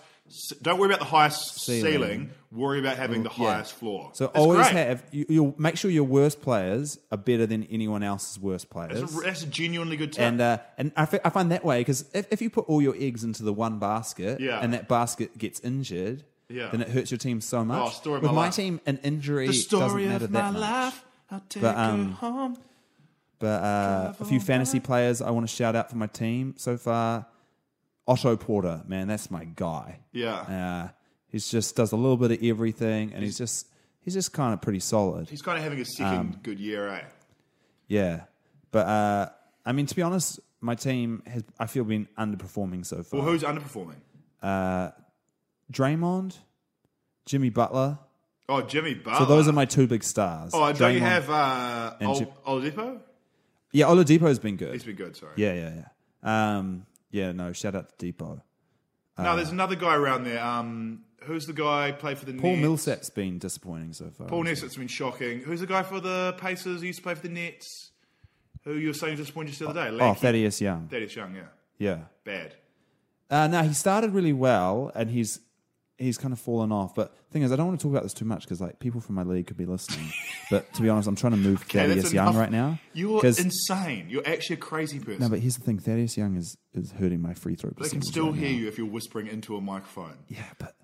A: don't worry about the highest
B: Ceiling.
A: ceiling. Worry about having the highest floor.
B: So
A: That's
B: always
A: great.
B: have you, you'll make sure your worst players are better than anyone else's worst players.
A: That's a, that's a genuinely good tip.
B: and uh, and I, fi- I find that way because if, if you put all your eggs into the one basket
A: Yeah.
B: and that basket gets injured,
A: Yeah.
B: then it hurts your team so much.
A: Oh, story of
B: With
A: my
B: my
A: life.
B: team, an injury
A: the story
B: doesn't matter
A: of my
B: that much.
A: life. I'll take
B: But, um,
A: her home.
B: But uh, a few fantasy players I want to shout out for my team so far. Otto Porter, man, that's my guy.
A: Yeah.
B: Uh, he's just does a little bit of everything, and he's just he's just kind of pretty solid.
A: He's kind of having a second
B: Um,
A: good year, eh?
B: Yeah, but uh, I mean, to be honest, my team has I feel been underperforming so um, far.
A: Well, who's underperforming?
B: Uh, Draymond, Jimmy Butler.
A: Oh, Jimmy Butler.
B: So those are my two big stars.
A: Oh, don't you
B: Draymond-
A: have uh,
B: and
A: Ol-
B: Chip-
A: Oladipo?
B: Yeah, Oladipo's been good.
A: He's been good, sorry.
B: yeah, yeah, yeah. Um, yeah, no, shout out to Depot.
A: No, there's another guy around there. Um, who's the guy played for the
B: Paul
A: Nets?
B: Millsap's been disappointing so far.
A: Paul Millsap's been shocking. Who's the guy for the Pacers who used to play for the Nets? Who you were saying disappointed just the other day?
B: Oh,
A: Lanky.
B: Thaddeus Young.
A: Thaddeus Young, yeah.
B: Yeah.
A: Bad.
B: Uh, no, he started really well, and he's he's kind of fallen off. But thing is, I don't want to talk about this too much because like people from my league could be listening. but to be honest, I'm trying to move
A: Okay, that's
B: Thaddeus Young
A: enough.
B: right now.
A: You're
B: 'cause-
A: insane. You're actually a crazy person.
B: no, but here's the thing: Thaddeus Young is is hurting my free throw.
A: they can
B: percentage
A: still
B: right
A: hear
B: now.
A: you if you're whispering into a microphone.
B: Yeah, but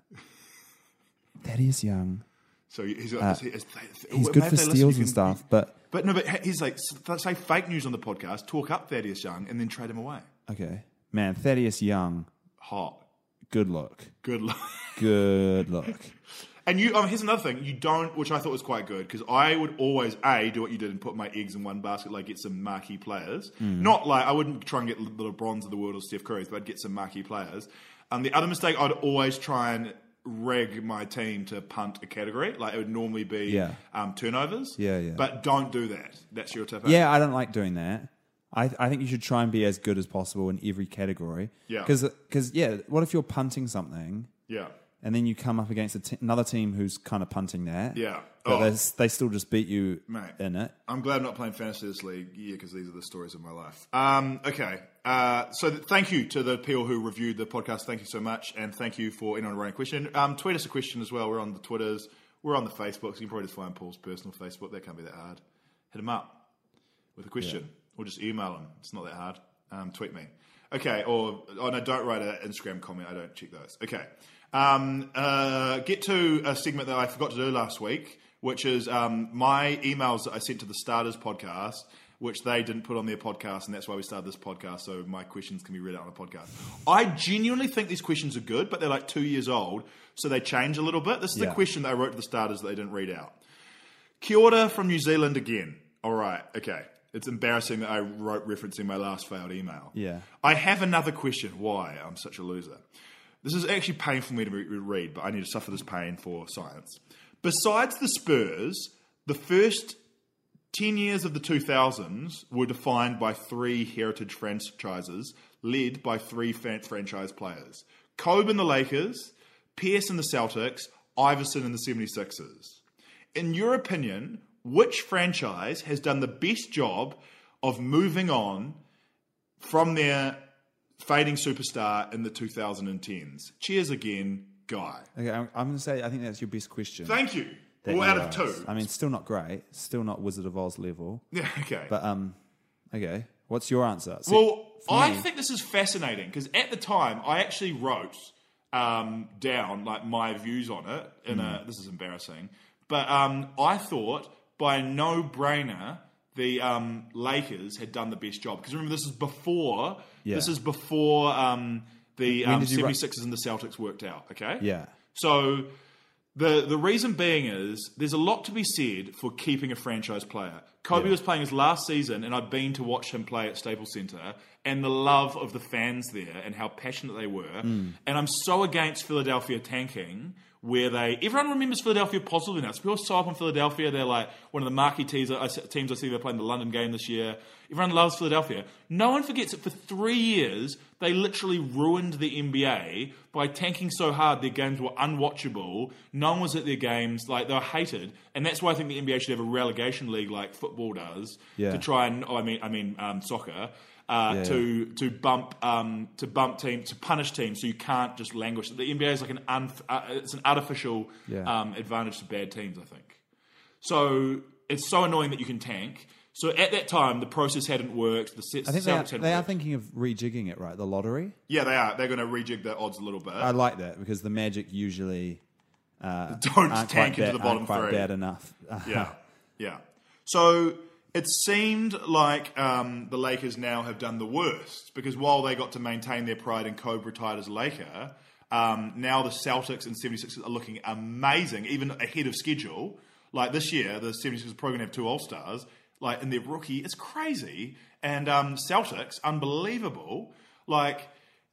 B: Thaddeus Young,
A: So he's,
B: uh,
A: he's, he's,
B: he's
A: maybe
B: good
A: if
B: for
A: they listen,
B: steals
A: you
B: and
A: can-
B: stuff, but
A: But no, but he's like, s- say fake news on the podcast, talk up Thaddeus Young, and then trade him away.
B: okay, man, Thaddeus Young,
A: Hot.
B: good luck,
A: Good luck.
B: good luck.
A: And you, um, here's another thing. You don't, which I thought was quite good, because I would always a do what you did and put my eggs in one basket, like get some marquee players.
B: Mm.
A: Not like I wouldn't try and get the LeBrons of the world or Steph Curry's, but I'd get some marquee players. And the other mistake, I'd always try and reg my team to punt a category. Like it would normally be
B: Yeah.
A: um, turnovers.
B: Yeah, yeah.
A: But don't do that. That's your tip. eh?
B: Yeah, I don't like doing that. I, I think you should try and be as good as possible in every category.
A: Yeah.
B: Because, yeah, what if you're punting something
A: yeah,
B: and then you come up against a t- another team who's kind of punting that?
A: yeah.
B: But
A: Oh,
B: they, s- they still just beat you
A: Mate.
B: in it.
A: I'm glad I'm not playing fantasy this league, yeah, because these are the stories of my life. Um, okay, uh, so th- thank you to the people who reviewed the podcast. Thank you so much, and thank you for anyone writing a question. Um, tweet us a question as well. We're on the Twitters, we're on the Facebooks. You can probably just find Paul's personal Facebook. That can't be that hard. Hit him up with a question, or just email him. It's not that hard. Um, tweet me. Okay, or oh no, don't write an Instagram comment. I don't check those. Okay, um, uh, get to a segment that I forgot to do last week, which is um, my emails that I sent to the Starters podcast, which they didn't put on their podcast, and that's why we started this podcast. So my questions can be read out on the podcast. I genuinely think these questions are good, but they're like two years old, so they change a little bit. This is the
B: Yeah.
A: question that I wrote to the Starters that they didn't read out. Kia ora from New Zealand again. All right, okay. It's embarrassing that I wrote referencing my last failed email.
B: Yeah.
A: I have another question. Why I'm such a loser. This is actually painful for me to re- read, but I need to suffer this pain for science. Besides the Spurs, the first 10 years of the 2000s were defined by three heritage franchises led by three fan- franchise players Kobe in the Lakers, Pierce in the Celtics, Iverson in the 76ers. In your opinion, which franchise has done the best job of moving on from their fading superstar in the 2010s? Cheers again, Guy.
B: Okay, I'm, I'm going to say I think that's your best question.
A: Thank you. well,
B: that you
A: out of
B: asked.
A: two.
B: I mean, still not great. Still not Wizard of Oz level.
A: yeah, okay.
B: But, um, okay. What's your answer? See-
A: Well, I think this is fascinating because at the time I actually wrote um, down like my views on it. In
B: Hmm.
A: a, this is embarrassing, but um, I thought by no brainer the um, Lakers had done the best job because remember this is before
B: Yeah.
A: this is before um, the um,
B: did you write-
A: 76ers and the Celtics worked out. Okay,
B: yeah.
A: so the the reason being is there's a lot to be said for keeping a franchise player. Kobe was playing his last season, and I'd been to watch him play at Staples Center, and the love of the fans there, and how passionate they were. And I'm so against Philadelphia tanking, where they everyone remembers Philadelphia positively now. So people show up in Philadelphia, they're like one of the marquee teams I, teams I see. They're playing the London game this year. Everyone loves Philadelphia. No one forgets that for three years they literally ruined the NBA by tanking so hard their games were unwatchable. No one was at their games, like they were hated, and that's why I think the NBA should have a relegation league like football does
B: Yeah.
A: to try and oh, I mean I mean um, soccer. Uh, to to bump um, to bump team to punish teams so you can't just languish. The NBA is like an unf- uh, it's an artificial
B: Yeah.
A: um, advantage to bad teams. I think. So it's so annoying that you can tank. So at that time, the process hadn't worked. The se-
B: I think they
A: Celtics
B: are,
A: hadn't
B: they are
A: worked.
B: thinking of rejigging it, right? The lottery.
A: yeah, they are. They're going to rejig their odds a little bit.
B: I like that because the Magic usually
A: Don't tank
B: aren't quite
A: into
B: bad,
A: the bottom
B: aren't quite
A: three.
B: bad enough.
A: Yeah, yeah. So it seemed like um, the Lakers now have done the worst because while they got to maintain their pride and Kobe retired as a Laker, um, now the Celtics and 76ers are looking amazing, even ahead of schedule. Like this year, the 76ers are probably going to have two All Stars. Like in their rookie, it's crazy. And um, Celtics, unbelievable. Like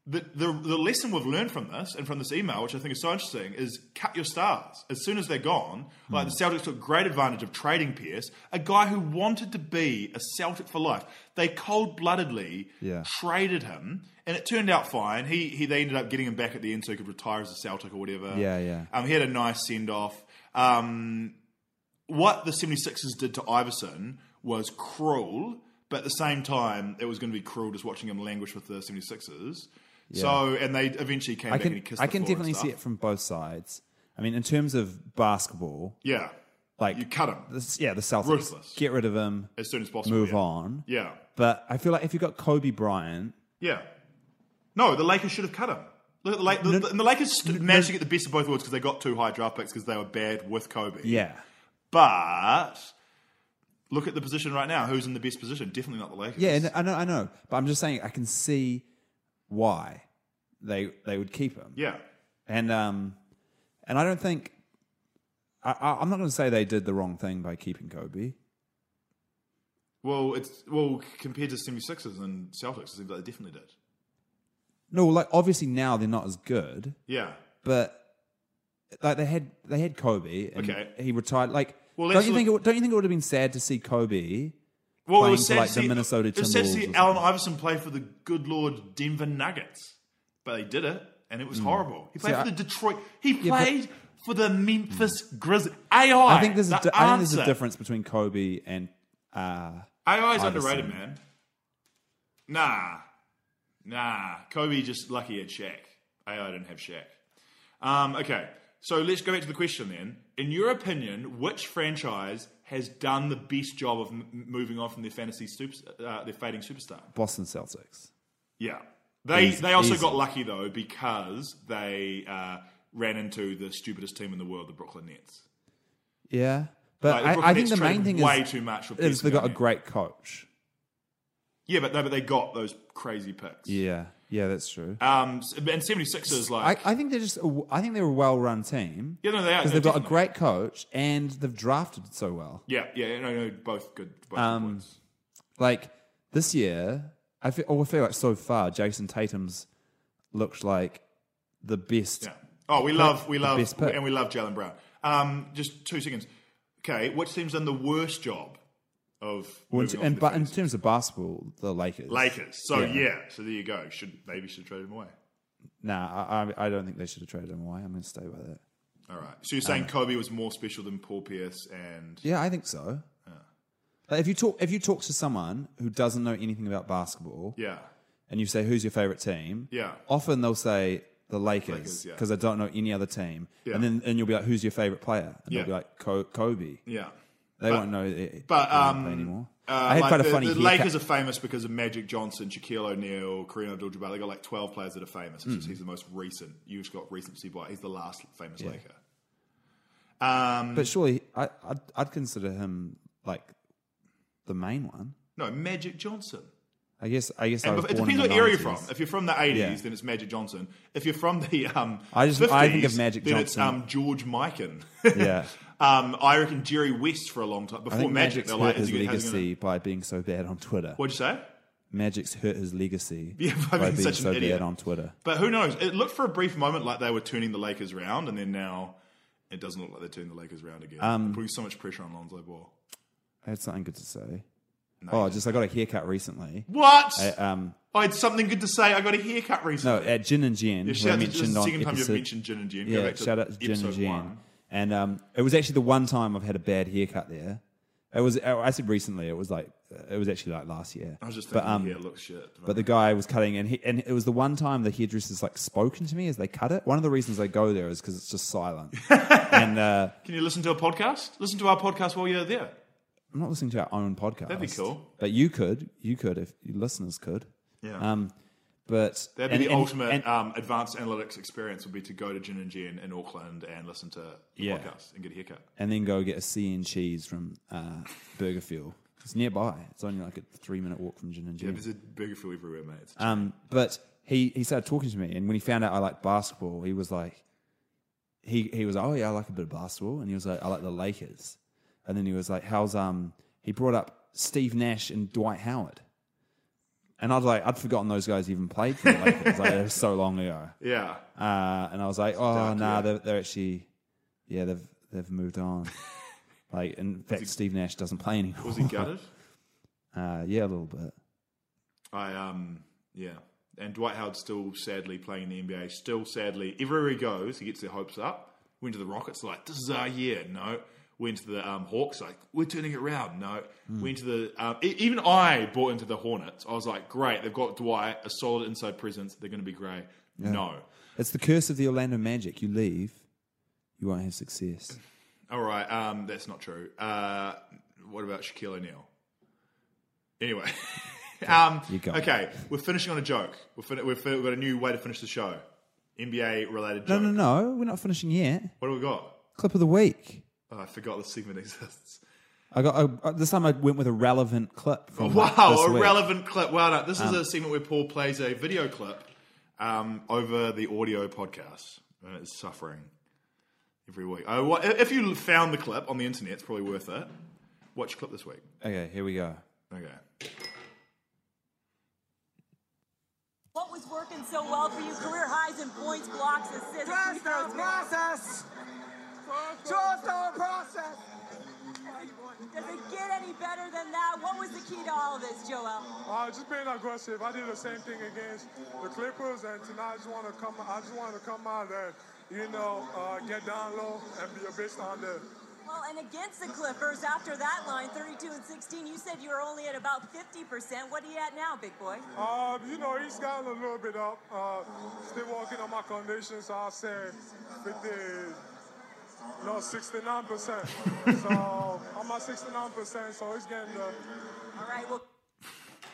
A: the, the, the lesson we've learned from this and from this email, which I think is so interesting, is cut your stars. As soon as they're gone,
B: Hmm.
A: like the Celtics took great advantage of trading Pierce, a guy who wanted to be a Celtic for life. They cold bloodedly
B: Yeah.
A: traded him, and it turned out fine. He, he They ended up getting him back at the end so he could retire as a Celtic or whatever.
B: Yeah, yeah.
A: Um, he had a nice send off. Um, what the 76ers did to Iverson was cruel, but at the same time, it was going to be cruel just watching him languish with the 76ers. So, and they eventually came
B: I
A: back and
B: can
A: he kissed
B: I
A: the
B: can
A: floor and
B: definitely see it
A: stuff.
B: from both sides. I mean, in terms of basketball,
A: Yeah.
B: like
A: You cut him
B: this- yeah, the Celtics
A: Ruthless.
B: get rid of him,
A: as soon as possible.
B: move
A: yeah.
B: on.
A: Yeah.
B: But I feel like if you got Kobe Bryant,
A: Yeah. No, the Lakers should have cut him. Look at the, Lake, the, and the Lakers st- managed to get the best of both worlds because they got two high draft picks because they were bad with Kobe.
B: yeah,
A: But look at the position right now. Who's in the best position? Definitely not the Lakers.
B: yeah, and I know, I know, but I'm just saying I can see why they they would keep him.
A: Yeah.
B: and um, and I don't think I, I, I'm not going to say they did the wrong thing by keeping Kobe.
A: Well, it's well compared to 76ers and Celtics, it seems like they definitely did.
B: No, like obviously now they're not as good,
A: Yeah.
B: but like they had they had Kobe and
A: Okay.
B: he retired. Like,
A: Well,
B: don't
A: let's
B: you
A: look-
B: think it, would- don't you think it would have been sad to see Kobe?
A: Well, it
B: Playing for,
A: was sad
B: like,
A: to
B: the
A: see,
B: Minnesota
A: It was sad to
B: Timberwolves
A: see
B: or
A: Allen
B: something.
A: Iverson play for the good Lord Denver Nuggets, but they did it, and it was horrible. He played
B: Hmm. See,
A: for
B: I-
A: the Detroit. He
B: but-
A: played for the Memphis Grizzlies. AI.
B: I think there's
A: the
B: a di- I think there's a
A: answer.
B: difference between Kobe and uh,
A: AI is
B: Iverson.
A: underrated, man. Nah, nah. Kobe just lucky at Shaq. AI didn't have Shaq. Um, okay, so let's go back to the question then. In your opinion, which franchise has done the best job of m- moving on from their fantasy super, uh, their fading superstar?
B: Boston Celtics.
A: Yeah, they
B: Easy-
A: they also
B: easy.
A: got lucky though because they uh, ran into the stupidest team in the world, the Brooklyn Nets.
B: Yeah,
A: Like,
B: but
A: the
B: I, I
A: Brooklyn
B: think the
A: Nets
B: main
A: traded
B: thing
A: way
B: is
A: too much for
B: is they got a
A: Pierce and
B: great coach.
A: Yeah, but no, but they got those crazy picks.
B: Yeah, yeah, that's true.
A: Um, s- and 76ers,
B: I,
A: like,
B: I think they're just a, I think they're a well-run team
A: yeah, no, they are.
B: because
A: no,
B: they've got a
A: definitely.
B: great coach and they've drafted so well.
A: Yeah, yeah, no, no, both good. Both good
B: Um,
A: points.
B: like this year, I feel, oh, I feel like so far Jason Tatum's looked like the best.
A: Yeah. Oh, we love, we
B: the
A: love,
B: best pick.
A: and we love Jalen Brown. Um, just two seconds. Okay, which team's done the worst job of
B: Well, in-
A: moving on
B: and
A: from
B: but
A: the
B: in
A: Phoenix?
B: terms of basketball, the Lakers.
A: Lakers? So yeah. so there you go. Should maybe should have traded him away.
B: Nah, I, I, I don't think they should have traded him away. I'm going to stay by that.
A: All right. So you're saying Kobe was more special than Paul Pierce and
B: Um, Yeah, I think so. Like if you talk if you talk to someone who doesn't know anything about basketball
A: yeah,
B: and you say who's your favorite team,
A: Yeah.
B: often they'll say the Lakers
A: Lakers, yeah.
B: because I don't know any other team.
A: Yeah.
B: And then and you'll be like, who's your favorite player? And
A: Yeah.
B: they'll be like, "Co- Kobe.
A: yeah.
B: They
A: But-
B: won't know. It,
A: But
B: they won't
A: um,
B: play anymore.
A: uh,
B: I had
A: like
B: quite a
A: the,
B: funny.
A: The
B: haircut.
A: Lakers are famous because of Magic Johnson, Shaquille O'Neal, Kareem Abdul-Jabbar. They got like twelve players that are famous. It's
B: Hmm.
A: just he's the most recent. You've just got recency bias. He's the last famous Laker. Um,
B: But surely I, I'd, I'd consider him like the main one.
A: no, Magic Johnson.
B: I guess. I guess. I
A: And
B: was
A: it
B: born in
A: depends
B: the
A: what area you're
B: 90s.
A: from. If you're from the '80s,
B: Yeah.
A: then it's Magic Johnson. If you're from the um,
B: I just-
A: 50s,
B: I think of Magic
A: then it's
B: Johnson.
A: um, George Mikan.
B: Yeah.
A: um, I reckon Jerry West for a long time
B: I
A: before
B: think
A: Magic.
B: Magic's
A: They're
B: hurt
A: like, is
B: his
A: he, how's he gonna-
B: legacy by being so bad on Twitter.
A: What'd you say?
B: Magic's hurt his legacy
A: Yeah, by
B: by,
A: being
B: being
A: such an
B: so
A: idiot.
B: bad on Twitter.
A: But who knows? It looked for a brief moment like they were turning the Lakers round, and then now it doesn't look like they're turning the Lakers round again.
B: Um,
A: They're putting so much pressure on Lonzo Ball.
B: I had something good to say. oh, just I got a haircut recently.
A: What?
B: I,
A: I,
B: um,
A: had something good to say. I got a haircut
B: no,
A: recently.
B: at Gin and Jen,
A: yeah,
B: who
A: shout
B: I
A: out to, this is
B: mentioned
A: the
B: on
A: second time you've
B: episode-
A: mentioned Gin and Jen. Go
B: yeah,
A: back to
B: shout out to Gin and
A: episode
B: Jen.
A: one.
B: And um, it was actually the one time I've had a bad haircut there. It was I said recently. It was like uh, it was actually like last year.
A: I was just
B: But,
A: thinking,
B: um,
A: yeah, looks shit.
B: But the guy was cutting, and he, and it was the one time the hairdresser's like spoken to me as they cut it. One of the reasons I go there is because it's just silent, and uh,
A: Can you listen to a podcast? Listen to our podcast while you're there.
B: I'm not listening to our own podcast.
A: That'd be cool.
B: But you could, you could, if your listeners could.
A: Yeah.
B: Um, but
A: That'd be
B: and-
A: the
B: and-
A: ultimate
B: and-
A: um, advanced analytics experience would be to go to Gin and Jen in Auckland and listen to the
B: Yeah.
A: podcast and get a haircut.
B: and then go get a C and cheese from uh, Burger Fuel. It's nearby. It's only like a three minute walk from Gin and Gin.
A: There's a burger feel everywhere, mate. It's
B: Um, but he, he started talking to me, and when he found out I like basketball, he was like, he he was oh yeah, I like a bit of basketball, and he was like, I like the Lakers, and then he was like, how's um he brought up Steve Nash and Dwight Howard, and I'd like I'd forgotten those guys even played for the Lakers. like, it was so long ago.
A: Yeah.
B: Uh, and I was like, oh
A: dark,
B: nah,
A: yeah.
B: they're, they're actually, yeah, they've they've moved on. like in fact, Steve Nash doesn't play anymore.
A: Was he gutted?
B: Uh, yeah, a little bit.
A: I um yeah. And Dwight Howard's still sadly playing in the NBA. Still sadly, everywhere he goes, he gets their hopes up. Went to the Rockets, like this is our year. No. Went to the um, Hawks, like we're turning it around. No. Went to the um, e- even I bought into the Hornets. I was like, great, they've got Dwight, a solid inside presence. They're going to be great. No.
B: It's the curse of the Orlando Magic. You leave, you won't have success.
A: All right, um, that's not true. Uh, what about Shaquille O'Neal? Anyway, um,
B: you go.
A: okay, we're finishing on a joke. We're fin- we've, fin- we've got a new way to finish the show. NBA related
B: No,
A: joke.
B: no, no. We're not finishing yet.
A: What do we got?
B: Clip of the week.
A: Oh, I forgot this segment exists.
B: I got I, this time. I went with a relevant clip. From like,
A: wow,
B: Oh, this
A: a
B: week. Um.
A: relevant clip. Wow, no, this is a segment where Paul plays a video clip um, over the audio podcast, and it's suffering every week. I, wa- if you found the clip on the internet, it's probably worth it. Watch your clip this week.
B: Okay, here we go.
A: Okay.
H: What was working so well for you? Career highs in points, blocks, assists, free throws.
C: process. Trust our process.
H: Does it get any better than that? What was the key to all of this, Joel?
F: Uh, just being aggressive. I did the same thing against the Clippers, and tonight I just want to come. I just want to come out and you know uh, get down low and be a bitch on the.
H: Well, and against the Clippers, after that line, 32 and 16, you said you were only at about 50%. What are you at now, big boy?
F: Uh, you know he's gotten a little bit up. Uh, still working on my condition, so I'll say 50. No, 69 percent. So I'm at 69 percent. So he's getting the.
H: All right, well,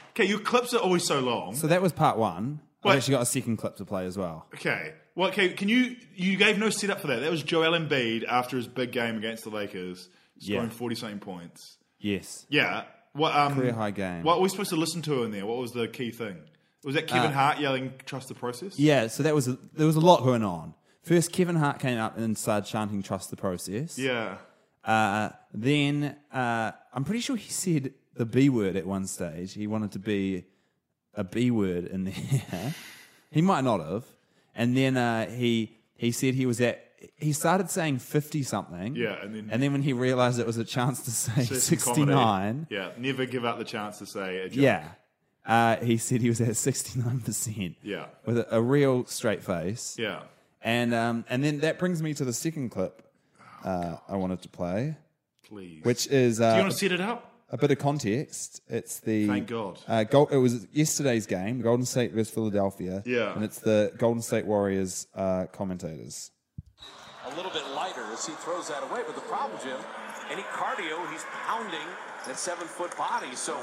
A: Okay, your clips are always so long.
B: So that was part one.
A: Wait.
B: I've actually got a second clip to play as well.
A: okay. Well, okay, can you you gave no setup for that. That was Joel Embiid after his big game against the Lakers, scoring
B: Yeah.
A: forty something points.
B: Yes.
A: Yeah. What um
B: Career high game.
A: What were we supposed to listen to in there? What was the key thing? Was that Kevin Hart yelling "Trust the process"?
B: Uh, Yeah, so that was a, there was a lot going on. First, Kevin Hart came up and started chanting "Trust the process."
A: Yeah.
B: Uh, then uh, I'm pretty sure he said the B word at one stage. He wanted to be a B word in there. he might not have. And then uh, he he said he was at. He started saying fifty something.
A: Yeah, and then-
B: and then when he realized it was a chance to say
A: Certain
B: sixty
A: comedy.
B: nine.
A: Yeah. Never give up the chance to say a joke.
B: Yeah. Uh, he said he was at sixty nine percent.
A: Yeah.
B: With a, a real straight face.
A: Yeah.
B: And um, and then that brings me to the second clip uh, I wanted to play,
A: Please.
B: which is
A: Do
B: uh,
A: you want to set it up?
B: a bit of context. It's the
A: Thank God.
B: Uh, Gol it was yesterday's game, Golden State versus Philadelphia.
A: Yeah.
B: and it's the Golden State Warriors uh, commentators.
I: a little bit lighter as he throws that away. But the problem, Jim, any cardio, he's pounding that seven foot body. So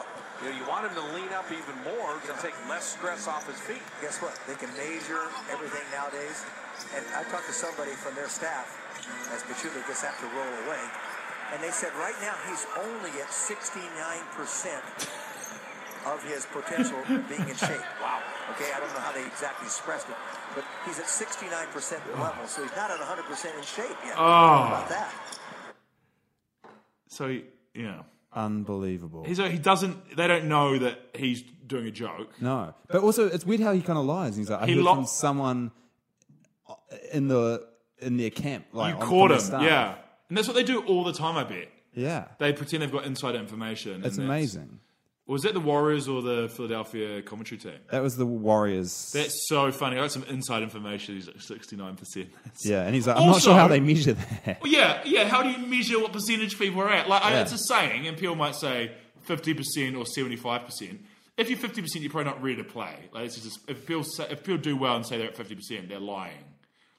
I: you, know, you want him to lean up even more to take less stress off his feet.
D: Guess what? They can measure everything nowadays. And I talked to somebody from their staff as Pachulia gets have to roll away. And they said right now he's only at 69% of his potential being in shape. Wow. Okay, I don't know how they exactly expressed it, but he's at 69% level, so he's not at 100% in shape yet. Oh. How about that?
A: So yeah,
B: Unbelievable.
A: he's a, he doesn't. They don't know that he's doing a joke.
B: no, but also it's weird how he kind of lies. He's like, I
A: He
B: heard
A: lo-
B: from someone uh, in the in their camp, like
A: You
B: on-
A: caught
B: from
A: him,
B: the staff.
A: yeah. And that's what they do all the time. I bet
B: yeah.
A: they pretend they've got inside information. and
B: It's
A: that's-
B: amazing.
A: Was that the Warriors or the Philadelphia commentary team?
B: That was the Warriors.
A: That's so funny. I got some inside information. He's like sixty nine percent.
B: yeah, and he's like, I'm not
A: Also-
B: sure how they measure that.
A: Yeah, yeah. How do you measure what percentage people are at? Like, I,
B: Yeah.
A: it's a saying, and people might say fifty percent or seventy five percent. If you're fifty percent, you're probably not ready to play. Like, it's just if people say, if people do well and say they're at fifty percent, they're lying.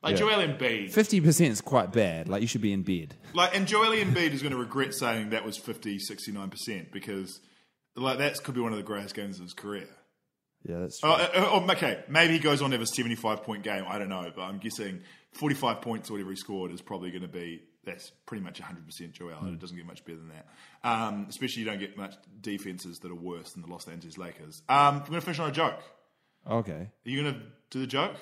A: Like
B: Yeah.
A: Joel Embiid,
B: Fifty percent is quite bad. Like you should be in bed.
A: Like, and Joel Embiid is going to regret saying that was 50, 69% because, like, that could be one of the greatest games of his career.
B: Yeah, that's true.
A: Oh, uh, oh, okay, maybe he goes on to have a 75 point game. I don't know, but I'm guessing 45 points or whatever he scored is probably going to be, that's pretty much 100% Joel. It doesn't get much better than that. Um, especially, you don't get much defenses that are worse than the Los Angeles Lakers. Um, I'm going to finish on a joke. Are
B: okay.
A: you going to do the joke?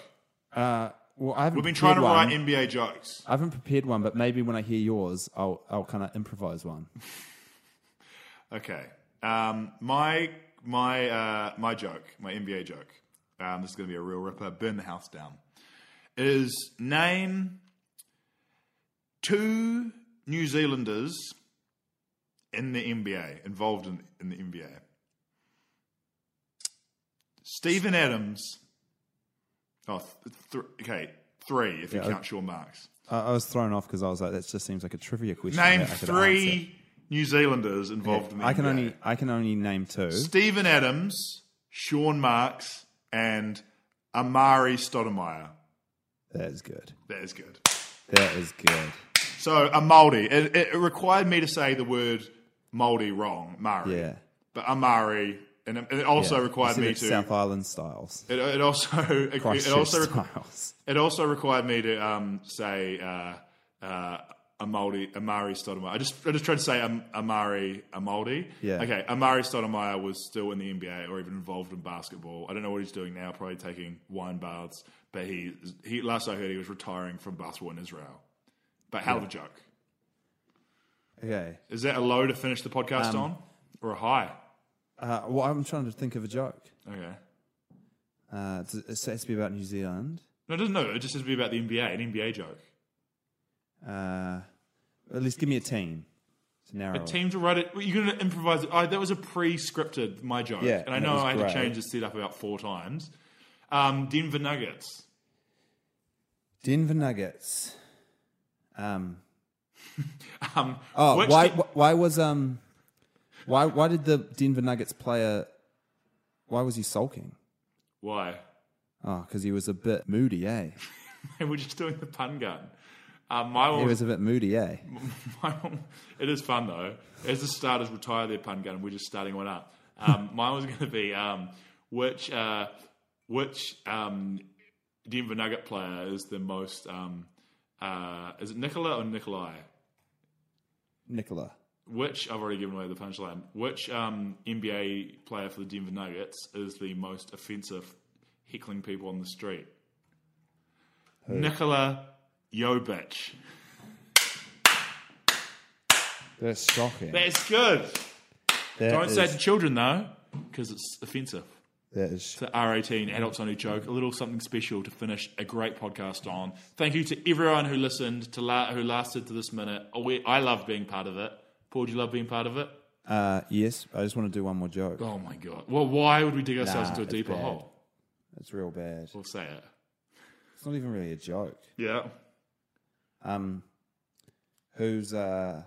B: Uh, well, I haven't
A: We've been
B: prepared
A: trying to
B: one.
A: write NBA jokes.
B: I haven't prepared one, but maybe when I hear yours, I'll I'll kind of improvise one.
A: Okay. Um, my my uh, my joke, my NBA joke. Um, this is going to be a real ripper. Burn the house down. Is name two New Zealanders in the NBA involved in, in the NBA. Stephen Adams. Oh, th- th- okay, three if you
B: Yeah, I-
A: count Sean Marks.
B: I, I was thrown off because I was like, that just seems like a trivia question.
A: Name
B: that I could
A: three
B: answer.
A: New Zealanders involved in the
B: I can
A: NBA.
B: only I can only name two.
A: Stephen Adams, Sean Marks, and Amari Stoudemire.
B: That is good.
A: That is good.
B: That is good.
A: So a Maori. It, it required me to say the word Maori wrong, Maori.
B: Yeah.
A: But Amari, and it- and it also
B: Yeah.
A: required
B: You said
A: me
B: it
A: to.
B: South Island styles.
A: It, it also it,
B: Christchurch
A: also
B: styles.
A: it also required me to um, say uh, uh, Amari Amari Stoudemire. I just I just tried to say um, Amari Amaldi.
B: Yeah.
A: Okay. Amari Stoudemire was still in the NBA or even involved in basketball. I don't know what he's doing now. Probably taking wine baths. But he he last I heard he was retiring from basketball in Israel. But hell of a joke.
B: Okay.
A: Is that a low to finish the podcast on or a high?
B: Uh, well, I'm trying to think of a joke.
A: Okay.
B: Uh, it's- it has to be about New Zealand.
A: No, it doesn't. No, it just has to be about the NBA. An NBA joke.
B: Uh, at least give me a team. It's narrow.
A: A team to write it. well, You're going to improvise it. I, that was a pre-scripted my joke,
B: Yeah,
A: and I
B: and it
A: know
B: was
A: I had
B: great.
A: to change the setup about four times. Um, Denver Nuggets.
B: Denver Nuggets. Um,
A: Um,
B: oh,
A: which
B: why,
A: te-
B: wh- why was um, why why did the Denver Nuggets player? Why was he sulking?
A: why?
B: Oh, because he was a bit moody, eh?
A: We're just doing the pun gun. Um, my
B: He
A: one. Was,
B: was a bit moody, eh?
A: my one it is fun though. As the starters retire their pun gun, we're just starting one up. Um, mine was going to be um, which uh, which um, Denver Nugget player is the most? Um, uh, is it Nicola or Nikolai?
B: Nicola.
A: Which I've already given away the punchline. Which um, NBA player for the Denver Nuggets is the most offensive, heckling people on the street? Nikola Jovic.
B: That's shocking.
A: That's good.
B: That
A: Don't say
B: is-
A: it to children though, because it's offensive.
B: that is.
A: It's an R18 adults only joke. A little something special to finish a great podcast on. Thank you to everyone who listened to la- who lasted to this minute. Oh, we- I love being part of it. Paul, do you love being part of it?
B: Uh, yes, I just want to do one more joke.
A: Oh my god. Well, why would we dig ourselves
B: Nah,
A: into a
B: it's
A: deeper
B: bad.
A: hole?
B: It's real bad.
A: We'll say it.
B: It's not even really a joke.
A: Yeah.
B: Um, who's uh,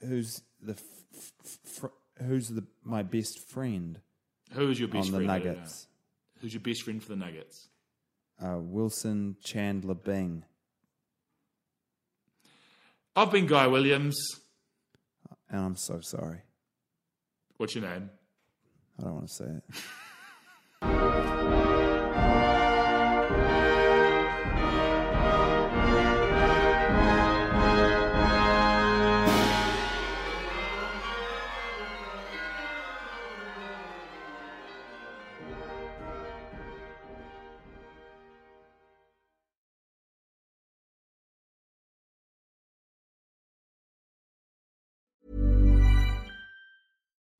B: who's the f- f- fr- who's the my best friend
A: Who is your best
B: on the
A: friend? right
B: Nuggets?
A: now? Who's your best friend for the Nuggets?
B: Uh, Wilson Chandler Bing.
A: I've been Guy Williams.
B: And I'm so sorry.
A: What's your name?
B: I don't want to say it.